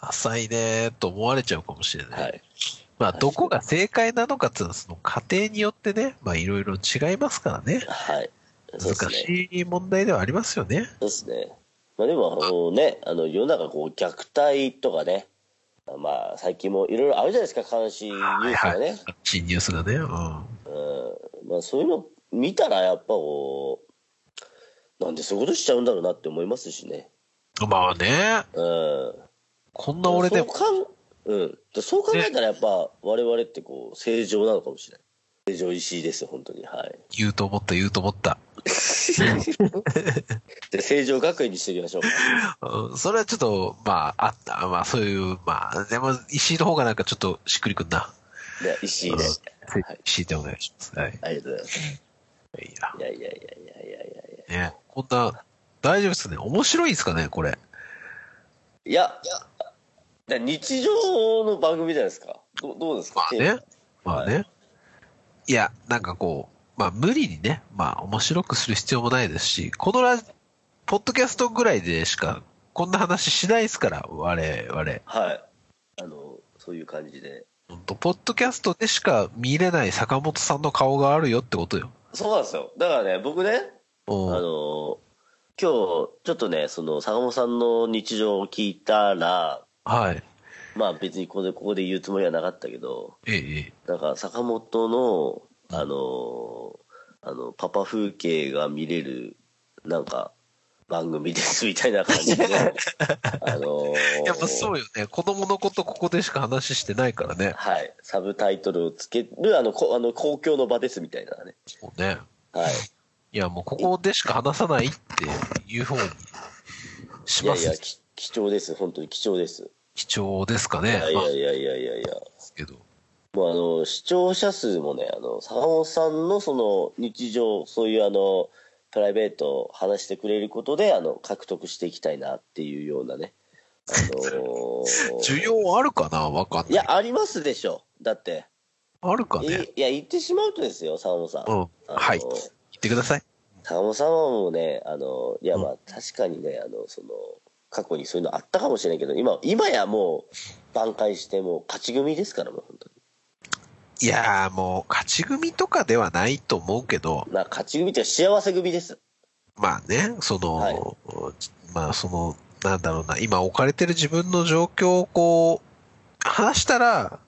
A: 浅いねと思われちゃうかもしれない。
B: はい。
A: まあ、どこが正解なのかっていうのは、その過程によってね、まあ、いろいろ違いますからね。
B: はい。そうです
A: 難
B: ね。
A: しい問題ではありますよね。
B: そうですね。まあでも、あのね、あの、世の中こう、虐待とかね、まあ、最近もいろいろあるじゃないですか、監視ニュースがね。
A: 新ニュースがね。うん。
B: うん。まあ、そういうの見たら、やっぱこう、なんでそういうことしちゃうんだろうなって思いますしね。
A: まあね、
B: うん。
A: こんな俺で
B: そうかん、うん、そう考えたらやっぱ我々ってこう正常なのかもしれない正常石井ですよ本当にはい
A: 言うと思った言うと思った。
B: で正常学園にしていきましょうか
A: うん、それはちょっと、まあ、あった、まあそういう、まあ、でも石井の方がなんかちょっとしっくりくんな。
B: で石井で、
A: うん
B: はい、
A: 石井でお願いします。はい。
B: ありがとうございます
A: いや
B: いやいやいやいやいやいやいや
A: ね、こんな、大丈夫ですかね面白いですかねこれ。
B: いやだ日常の番組じゃないですかどうどうですか
A: まあね。まあね。いや、なんかこう、まあ無理にね、まあ面白くする必要もないですし、このラジ、ポッドキャストぐらいでしか、こんな話しないですから、我々。
B: はいあのそういう感じで
A: ほんとポッドキャストでしか見れない坂本さんの顔があるよってことよ。
B: そうなんですよだからね僕ねあ
A: うん。
B: の今日ちょっとねその坂本さんの日常を聞いたら
A: はい。
B: まあ別にここでここで言うつもりはなかったけど、
A: ええ、
B: なんか坂本の、あのーあの、パパ風景が見れる、なんか、番組ですみたいな感
A: [laughs]
B: じで、あのー
A: やっぱそうよね。子供のことここでしか話してないからね。
B: はい、サブタイトルをつける、あの、こあの公共の場ですみたいなね、
A: そうね。
B: はい。
A: いや、もうここでしか話さないっていう方にし
B: い
A: ま
B: や
A: す。
B: いや、き貴重です。本当に貴重です。
A: 貴重ですかね。
B: いやい
A: まあ、
B: や
A: で
B: いやいやいやいや。
A: すけど。
B: もうあの、視聴者数もね、あの、坂本さんのその日常、そういうあの、プライベートを話してくれることで、あの、獲得していきたいなっていうようなね。あ
A: [laughs]
B: の
A: 需要あるかなわかんない。
B: いや、ありますでしょ。だって。
A: あるか
B: い
A: ね。
B: いや、言ってしまうとですよ、坂本さん。
A: うん。
B: あの
A: はい。言ってください。
B: 坂本さんはもうね、あの、いや、
A: うん
B: まあ、確かにね、あの、その、過去にそういうのあったかもしれないけど、今、今やもう、挽回して、もう、勝ち組ですから、もう、本当に。
A: いやーもう、勝ち組とかではないと思うけど、
B: まあ、勝ち組っていうか幸せ組です。
A: まあね、その、
B: はい
A: まあその、なんだろうな、今置かれてる自分の状況をこう、話したら、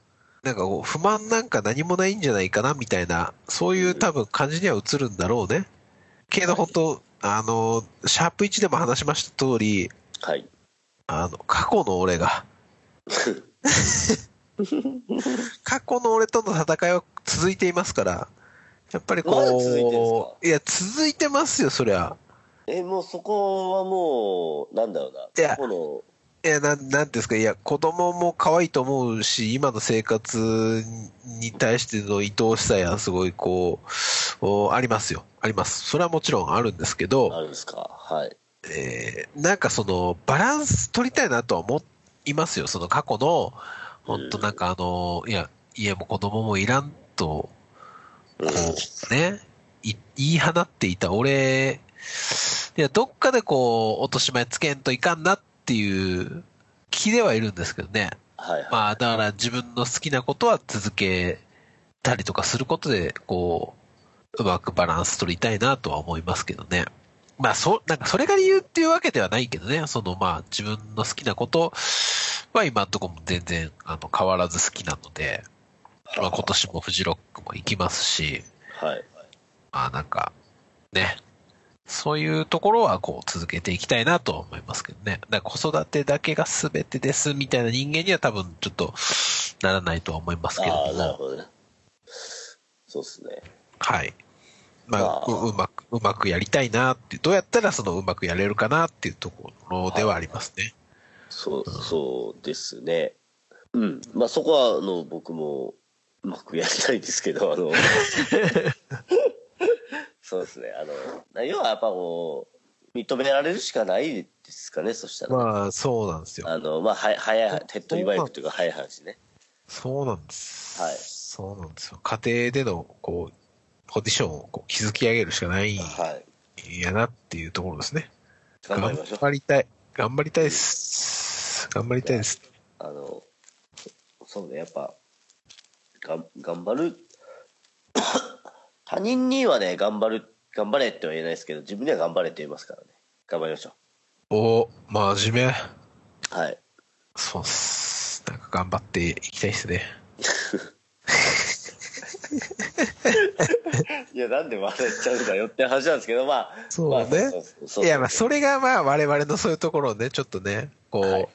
A: なんかこう、不満なんか何もないんじゃないかな、みたいな、そういう多分感じには映るんだろうね。けど本当、あの、シャープ1でも話しました通り、
B: はい。
A: あの、過去の俺
B: [laughs]
A: が、過去の俺との戦いは続いていますから、やっぱりこう、
B: まだ続いてるんです
A: いや、続いてますよ、そりゃ。
B: え、もうそこはもう、なんだろう
A: い
B: な。
A: や
B: この、
A: いや、なん、なんていうんですか、いや、子供も可愛いと思うし、今の生活に対しての愛おしさや、すごい、こう、おありますよ。あります。それはもちろんあるんですけ
B: あ
A: ど、
B: るんですか。はい。
A: えーなんかその、バランス取りたいなとは思いますよ。その過去の、本当なんかあの、いや、家も子供もいらんと、
B: うん
A: こう、ね、い言い放っていた俺、いや、どっかでこう、落とし前つけんといかんなっていう気ではいるんですけどね。
B: はいは
A: まあ、だから自分の好きなことは続けたりとかすることで、こう、うまくバランス取りたいなとは思いますけどね。まあ、そ、なんかそれが理由っていうわけではないけどね。そのまあ、自分の好きなことは今んとこも全然、あの、変わらず好きなので、まあ、今年もフジロックも行きますし、
B: い。はい。
A: まあなんか、ね、そういうところはこう続けていきたいなと思いますけどね。だから子育てだけが全てですみたいな人間には多分ちょっとならないとは思いますけれ
B: ああ、
A: ど
B: なる
A: も、
B: ほどね。そうですね。
A: はい。ま
B: ま
A: あ、
B: あ
A: ううまく、うまくやりたいなって、どうやったらそのうまくやれるかなっていうところではありますね。
B: そう、そうですね。うん。まあそこは、あの、僕も、うまくやりたいですけど、あの、そうですね。あの、要はやっぱこう、認められるしかないですかね、そしたら。
A: まあ、そうなんですよ。
B: あの、まあ、は早い、手っ取り早くというか、早い話ね。
A: そうなんです。
B: はい
A: そうなんですよ。家庭での、こう、ポジションをこう築き上げるしかないん
B: はい。
A: やなっていうところですね。
B: 頑張りましょう。
A: りたい。頑張りたいです。頑張りたいです。
B: あの、そうね、やっぱ、がん頑張る。他人にはね、頑張る、頑張れっては言えないですけど、自分には頑張れって言いますからね。頑張りましょ
A: お真面目。
B: う。はい。
A: そうっす。なんか頑張っていきたいですね。
B: いや、なんで笑っちゃうんだよって話なんですけど、まあ、
A: そう
B: まあ
A: ね
B: そうそう
A: いや、まあ、それがまあ、我々のそういうところをね、ちょっとね、こう、
B: はい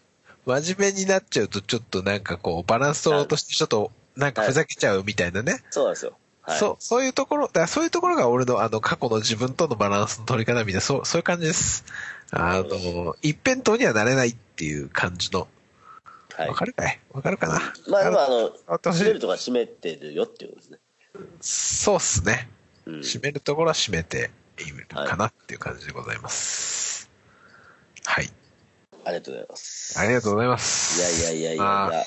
A: 真面目になっちゃうと、ちょっとなんかこう、バランス取ろうとして、ちょっと、なんかふざけちゃうみたいなね。
B: そうなんですよ。はい。
A: そう、そういうところ、だからそういうところが俺のあの過去の自分とのバランスの取り方みたいな、そう、そういう感じです。あの、一辺倒にはなれないっていう感じの。
B: はい
A: わ。かるかいわかるかな
B: まあ、でも、あ
A: あ
B: の、
A: 私
B: 閉めるとか閉めてるよっていうことですね。
A: そうっすね。
B: うん。
A: 締めるところは締めているかなっていう感じでございます。はい。
B: ありがとうございます。
A: ありがとうございま
B: い
A: す。
B: やいやいやいやい
A: まあ
B: や。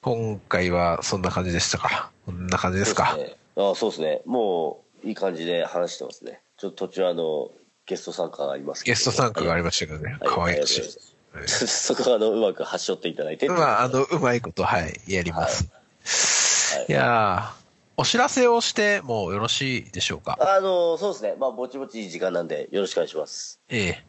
A: 今回はそんな感じでしたか。こんな感じですか。
B: そうですねあそうですね。もう、いい感じで話してますね。ちょっと途中、あの、ゲスト参加がありますけど
A: ゲスト参加がありましたけどね。
B: はい
A: 可愛らしい
B: ありがとうございますそこは、あの、うまく発しょっていただいて。
A: まあ、あの、うまいこと、はい、やります。
B: はい
A: いやーお知らせをしてもうよろしいでしょうか。
B: あの、そうですね。まあ、ぼちぼちいい時間なんで、よろしくお願いします。
A: ええ。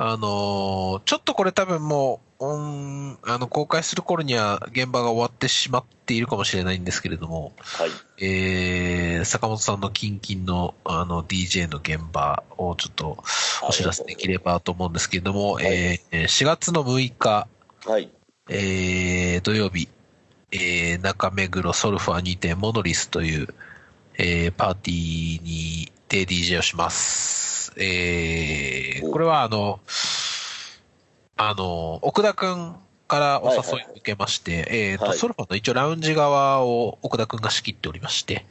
A: あのーちょっとこれ多分もう、オンあの、公開する頃には現場が終わってしまっているかもしれないんですけれども、
B: はい。
A: えー、坂本さんのキンキンの、あの、DJ の現場をちょっとお知らせできればと思うんですけれども、
B: い
A: えー4月の6日、
B: はい。
A: えー土曜日、えー中目黒ソルファーにてモノリスという、えーパーティーに、で DJ をします。えー、
B: お
A: これはあの、あの、奥田くんからお
B: はい
A: 誘
B: はいはい
A: い受けまして、えーと、
B: はい
A: ソルファの一応ラウンジ側を奥田くんが仕切っておりまして、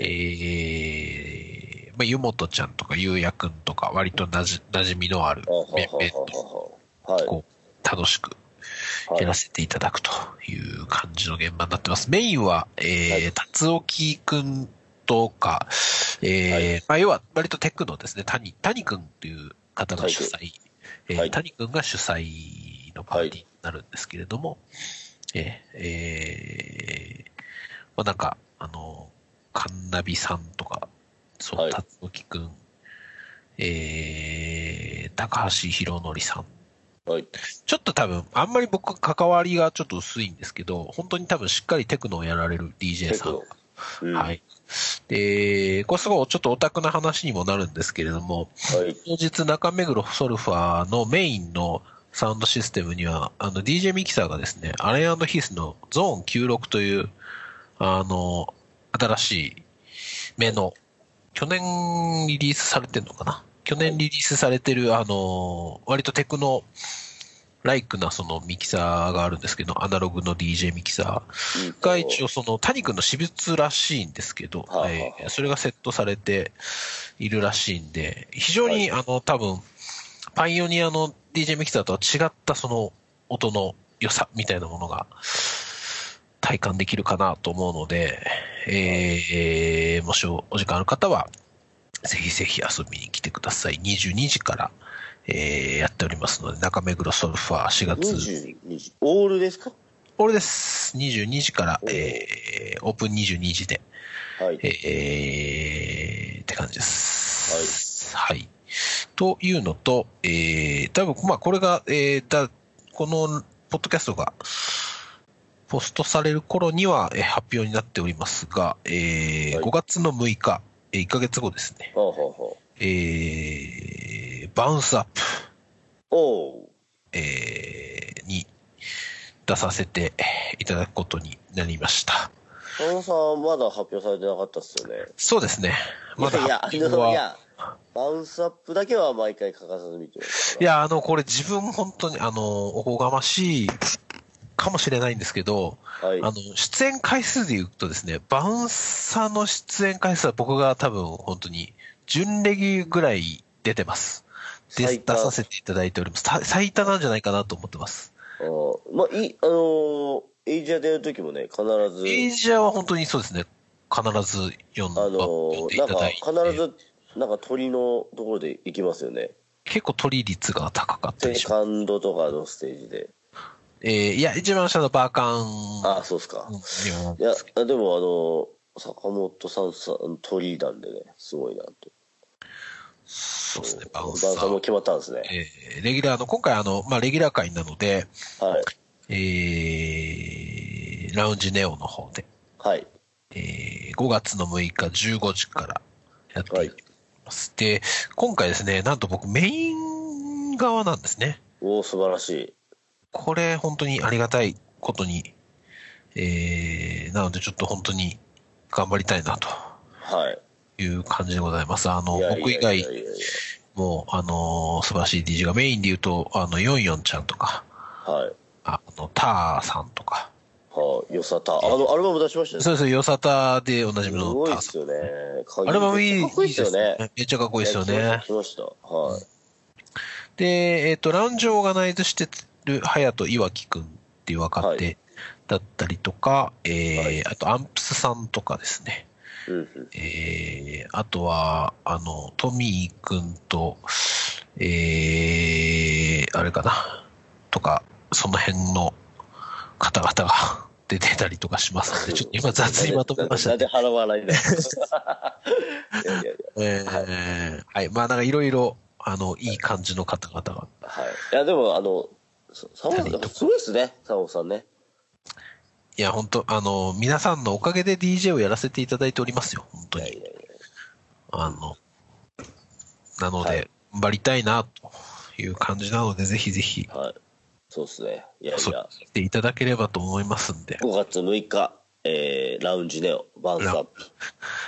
B: ええええ
A: えー、まあ、湯本ちゃんとかゆうやくんとか、割となじ、馴染みのある
B: あははは
A: 面々と、
B: ははは
A: こう、楽しく
B: は
A: や
B: い。は
A: ら
B: い。
A: せていただくという感じの現場になってます。メインは、
B: は
A: えー、
B: い
A: 辰沖くんとか、えー
B: はい
A: まあ、要は割とテクノですね、谷、谷くんっていう方が主催、えー
B: はい
A: 谷くんが主催のパーティーになるんですけれども、えーえーまあ、なんか、あの、カンナビさんとか、そう、
B: はい
A: 辰沖くん、えー、高橋宏則さん
B: はい。
A: ちょっと多分、あんまり僕、関わりがちょっと薄いんですけど、本当に多分しっかりテクノをやられる DJ さん。
B: うん。は。
A: はいい。で、これすごいちょっとオタクな話にもなるんですけれども、当日中目黒ソルファーのメインのサウンドシステムには、あの DJ ミキサーがですね、アレンヒースのゾーン96という、あの、新しい目の、去年リリースされてるのかな去年リリースされてる、あの、割とテクノ、ライクなそのミキサーがあるんですけど、アナログの DJ ミキサーが一応その谷君の私物らしいんですけど、
B: はいはいはい
A: えーそれがセットされているらしいんで、非常にあの多分、パイオニアの DJ ミキサーとは違ったその音の良さみたいなものが体感できるかなと思うので、えーもしおお時間ある方は、ぜひぜひ遊びに来てください。22時から、えーやっておりますので、中目黒ソルファー4月。
B: 20、20。オールですか
A: 俺です。22時から、
B: お
A: えーオープン22時で、
B: はい。
A: えーって感じです。はい。というのと、えー、多分まあ、これが、えー、だ、この、ポッドキャストが、ポストされる頃には、えー発表になっておりますが、えー
B: はい
A: 5月の6日、え1ヶ月後ですね、
B: はあはあはあ。
A: えー、バウンスアップ、
B: おう。
A: えーに出させていただくことになりました。
B: 田中さん、まだ発表されてなかったっすよね。
A: そうですね。まだ
B: いや、あ
A: 発表
B: の、
A: は。
B: いや、バウンスアップだけは毎回欠かさず見てます
A: いや、あの、これ自分本当に、あの、おこがましいかもしれないんですけど、
B: はい。
A: あの、出演回数で言うとですね、バウンサーの出演回数は僕が多分本当に、準レギュぐらい出てます。で
B: 最
A: 出
B: 多
A: させていただいております。さ最多なんじゃないかなと思ってます。
B: あーまあ、いい、あのー、エイジアでやるときもね、必ず、
A: エイジアは本当にそうですね、必ず読ん
B: あ
A: 読
B: の
A: んで
B: ー
A: い
B: な
A: た
B: んか
A: だいて、
B: 必ず、なんか鳥のところで行きますよね。
A: 結構取り率が高かった
B: セ
A: りします。
B: カンドとかのステージで。
A: えーいや、一番下のバーカン
B: ああ、そうっすか。
A: にはなん
B: い
A: で
B: や
A: すけど、
B: でもあのー、坂本さんさん、鳥なんでね、すごいなと。
A: そうですね、バ
B: バ
A: ウ
B: ウ
A: ン
B: ン
A: サ
B: サ
A: ー
B: ーも。決まったんですね。
A: えーレギュラーの、今回あの、まあ、レギュラー会なので、
B: はい。
A: えー、ラウンジネオの方で、
B: はい。
A: えー、5月の6日15時からやっていきます。で、今回ですね、なんと僕メイン側なんですね。
B: おお、素晴らしい。
A: これ本当にありがたいことに、えー、なのでちょっと本当に頑張りたいなと
B: はい。
A: いう感じでございます。あの、
B: いやいや
A: 僕以
B: いやいや
A: 外
B: いや
A: も、あのー素晴らしい DJ がメインで言うと、あの、ヨンヨンちゃんとか、
B: はい。
A: あの、ターさんとか、
B: はあ、よさた。あの、アルバム出しましたね。
A: そうですよ、サタでおなじ
B: す
A: みの
B: ごい
A: タ
B: っ
A: ー
B: す
A: さん。
B: よね。
A: アルバムいい
B: かっこいいっすよね。。
A: めっちゃかっこいいですよね。
B: 来ました。はい。
A: で、えっ、と、ラウンジをオーガナイズしてる、隼人岩城くんっていう若
B: は
A: 手
B: い
A: だったりとか、えー
B: はい
A: あと、アンプスさんとかですね。
B: うんうん。
A: えー、あとは、あの、トミーくんと、えー、あれかな、とか、その辺の方々が [laughs] 出てたりとかしますので、ちょっと今雑にまとめました
B: [laughs] なんで払わないんだいやいやいや。
A: えーはい。まあ、なんかいろいろ、あの、いい感じの方々が。
B: はい。いや、でも、あの、さサモさん、でもすごいっすね、サモさんね。
A: いや、本当あの、皆さんのおかげで DJ をやらせていただいておりますよ。本当
B: いやいや
A: に。
B: いや。
A: あの、なの
B: は
A: で、頑張りたいな、という感じなので、ぜひぜひ、
B: はい。そうっすね。いやい
A: そう
B: や、
A: していただければと思いますんで。
B: 5月6日、えーラウンジネオ、バウンスアップ。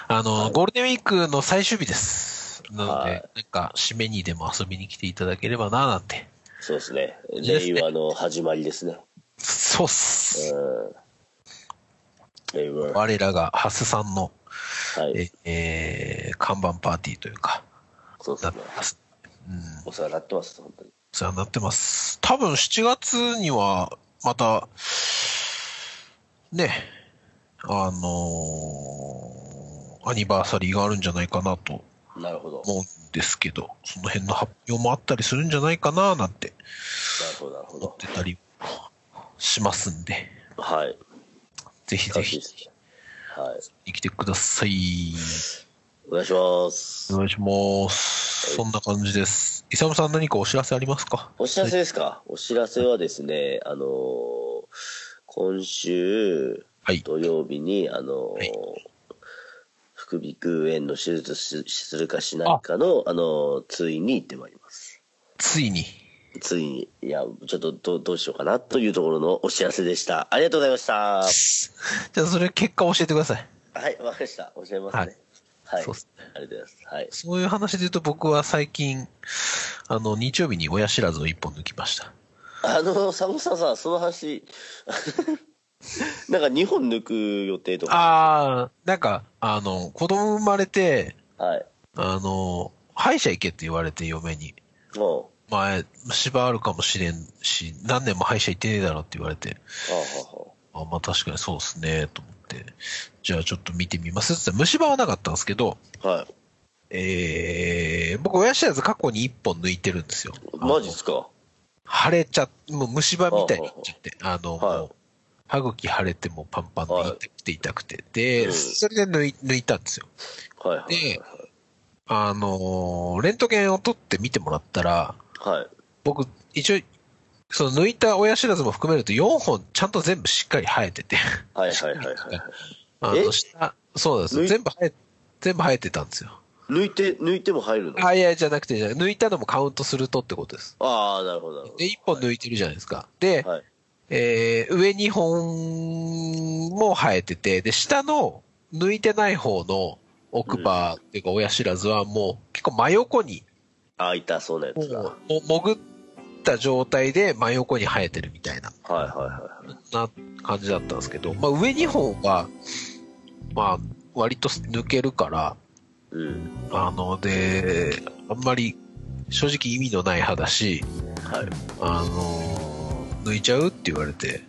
A: あの、
B: はい
A: ゴールデンウィークの最終日です。なので、
B: はい
A: なんか、締めにでも遊びに来ていただければな、なんて。
B: そうですね。
A: いですね
B: 令和の始まりですね。
A: そうっす。
B: うん。令和。は
A: 我らが、ハスさんの、
B: い
A: え。えー看板パーティーというか、
B: そうで
A: な
B: す
A: っ
B: ね
A: て。ます。うん、
B: お世話になってます、本当に。
A: お世話になってます。多分7月には、また、ね、あのーアニバーサリーがあるんじゃないかなと
B: なるほど。なる
A: 思うんですけど、その辺の発表もあったりするんじゃないかな、なんて
B: ほど、なるほ
A: 思って
B: ど。
A: たりしますんで、
B: はい。
A: ぜひぜ
B: 楽し
A: ひ
B: いですね。はい。
A: 来てください。
B: お願いします
A: お。願いします。そんな感じです。イサムさん何かお知らせありますか
B: お知らせですかお知らせはですね、あのー今週
A: はい。
B: 土曜日に、あのー
A: はい
B: 副鼻腔炎の手術しするかしないかの、あのー通院に行ってまいります。
A: ついに、
B: ついに、いや、ちょっとどうどうしようかなというところのお知らせでした。ありがとうございました。は
A: じゃあそれ結果教えてください。
B: い、わかりました。教えますね。はい。
A: そうっすね
B: ありがとうございます。はい。
A: そういう話で言うと僕は最近、あの、日曜日に親知らずを一本抜きました。
B: あの、サムさんさ、その話、 [laughs] なんか2本抜く予定とか。
A: ああ、なんか、あの、子供生まれて、
B: はい。
A: あの、歯医者行けって言われて嫁に。
B: も
A: 前、芝あるかもしれんし、何年も歯医者行ってねえだろって言われて、
B: う。ああ、はあ、はあ。
A: あまあ確かにそうっすね、と思って、じゃあちょっと見てみますって言って虫歯はなかったんですけど、
B: はい。
A: えー、僕親知らず過去に1本抜いてるんですよ。
B: マジっすか
A: 腫れちゃっもう虫歯みたいになっちゃって、あの、
B: はい
A: もう歯茎腫れてもうパンパンで
B: はい
A: 痛くて痛くて、で、
B: うん
A: それで抜い抜いたんですよ。
B: はいはい
A: であのーレントゲンを取って見てもらったら、
B: はい。はい。
A: 僕、一応、その抜いた親知らずも含めると4本ちゃんと全部しっかり生えてて、
B: はいはいはいはい。
A: [laughs] あ
B: え
A: の、下、そうなんですよ
B: 抜い
A: 全部生え、全部生えてたんですよ。
B: 抜いて、抜いても入るの
A: あ、いや、じゃなくて、じゃなくて抜いたのもカウントするとってことです。
B: ああ、なるほどなるほど。
A: で、1本抜いてるじゃないですか。で、
B: はい。
A: えー上2本も生えてて、で、下の抜いてない方の奥歯っていうか親知らずはもう結構真横に、
B: ああ、痛そうなや
A: も
B: つだ。は
A: う潜った状態で真横に生えてるみたいな。
B: いはいは
A: な感じだったんですけど、まあ、上2本は、まあ、割と抜けるから、
B: い。うん。
A: あの、で、あんまり正直意味のない歯だし、
B: はい。
A: あの、抜いちゃうって言われて、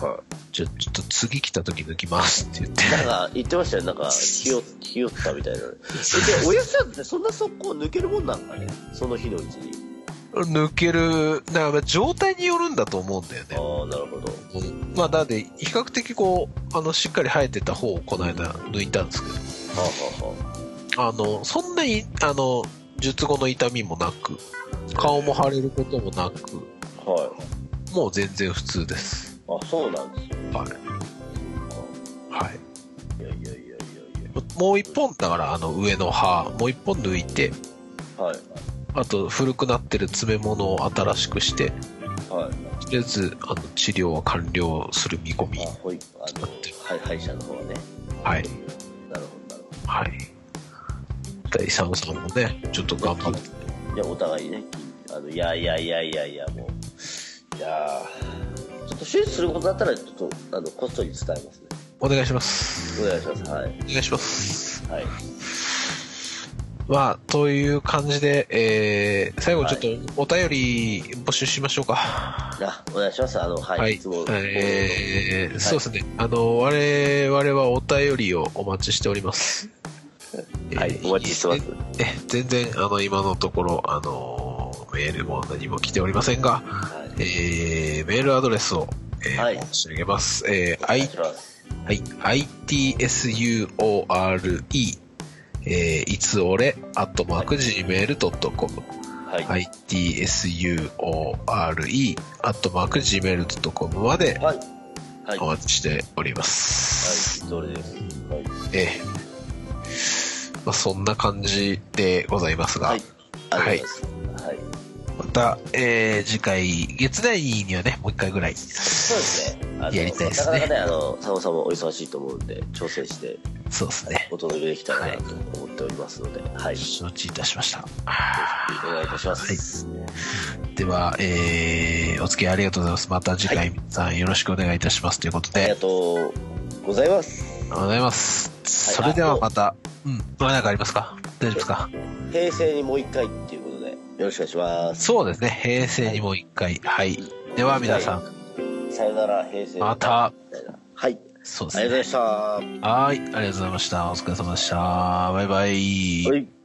B: は
A: じゃ、ちょっと次来た時抜きますって言って [laughs]
B: い。。なんか、言ってましたよ。なんか、ひよ、ひよったみたいな。え、で、おやつだってそんな速攻抜けるもんなんかね。その日のうちに。
A: 抜ける、だから状態によるんだと思うんだよね。
B: ああ、なるほど。
A: まあ、なんで、比較的こう、あの、しっかり生えてた方をこの間抜いたんですけ
B: はあは
A: ど、あの、そんなに、あの、術後の痛みもなく、顔も腫れることもなく、
B: あはあ。はい。
A: もう全然普通です。
B: あ、そうなんですよ。
A: はい。はい。
B: いやいやいやいやい
A: もう一本、だから、あの、上の歯、もう一本抜いて、
B: や。はい。
A: あと、古くなってる詰め物を新しくして、
B: はい。
A: とりあえず、あの、治療は完了する見込み
B: あ、。ほい、あの、はい、歯医者の方はね。
A: はい。
B: なるほど、なるほど。
A: はい。で、イサムさんもね、ちょっと頑張って。
B: いや、お互いね、あの、いやいやいやいやいや、もう、いやーちょっと手術することだったら、ちょっと、あの、こっそり伝えますね。
A: お願いします。
B: お願いします。はい。
A: お願いします。
B: はい。
A: まあ、という感じで、えー、最後ちょっとお便り募集しましょうか。
B: な、お願いします。あの、はい。
A: はい
B: いつも、
A: えー、そうですね。あの、我々はお便りをお待ちしております。
B: [laughs] はい
A: え、ー
B: お待ちしてます。
A: え全然、あの、今のところ、あの、メールも何も来ておりませんが、
B: は
A: えー、メールアドレスを、えー
B: はい
A: 申し上げます。えー、
B: い。
A: I
B: します。
A: はい、itsure、えー、いつ俺、アットマーク gmail.com、
B: はい。はい。
A: itsure、アットマーク gmail.com まで
B: はい。
A: お
B: はい。
A: 待ちしております。
B: それです。はい。
A: ええまあ、そんな感じでございますが、
B: はい。ありがとうございます。はい。
A: また、えー、次回、月内にはね、もう一回ぐらい
B: そうですね。あの
A: やりたいですね
B: なかなかね、あの、佐野さんもお忙しいと思うんで、調整して
A: そうですね。
B: お届けできたらなと思っておりますので、はい。
A: 承知いたしました。
B: お願いいたします。
A: では、えー、お付き合いありがとうございます。また次回、皆さんよろしくお願いいたします。ということ
B: あり
A: で
B: が、とうございます。
A: ありがとうございます。それではまた、うん、どれなんかありますか大丈夫ですか
B: 平成にもう一回っていうことで、よろしくお願いします。
A: そうですね、平成にもう一回、はい。では皆さん、
B: さよなら、平成。
A: ま。た、
B: みたいなはい。
A: そうで
B: ありがとうございます
A: ね。
B: した。は
A: はい、ありがとうございました。お疲れ様でした。バイバイ。
B: い。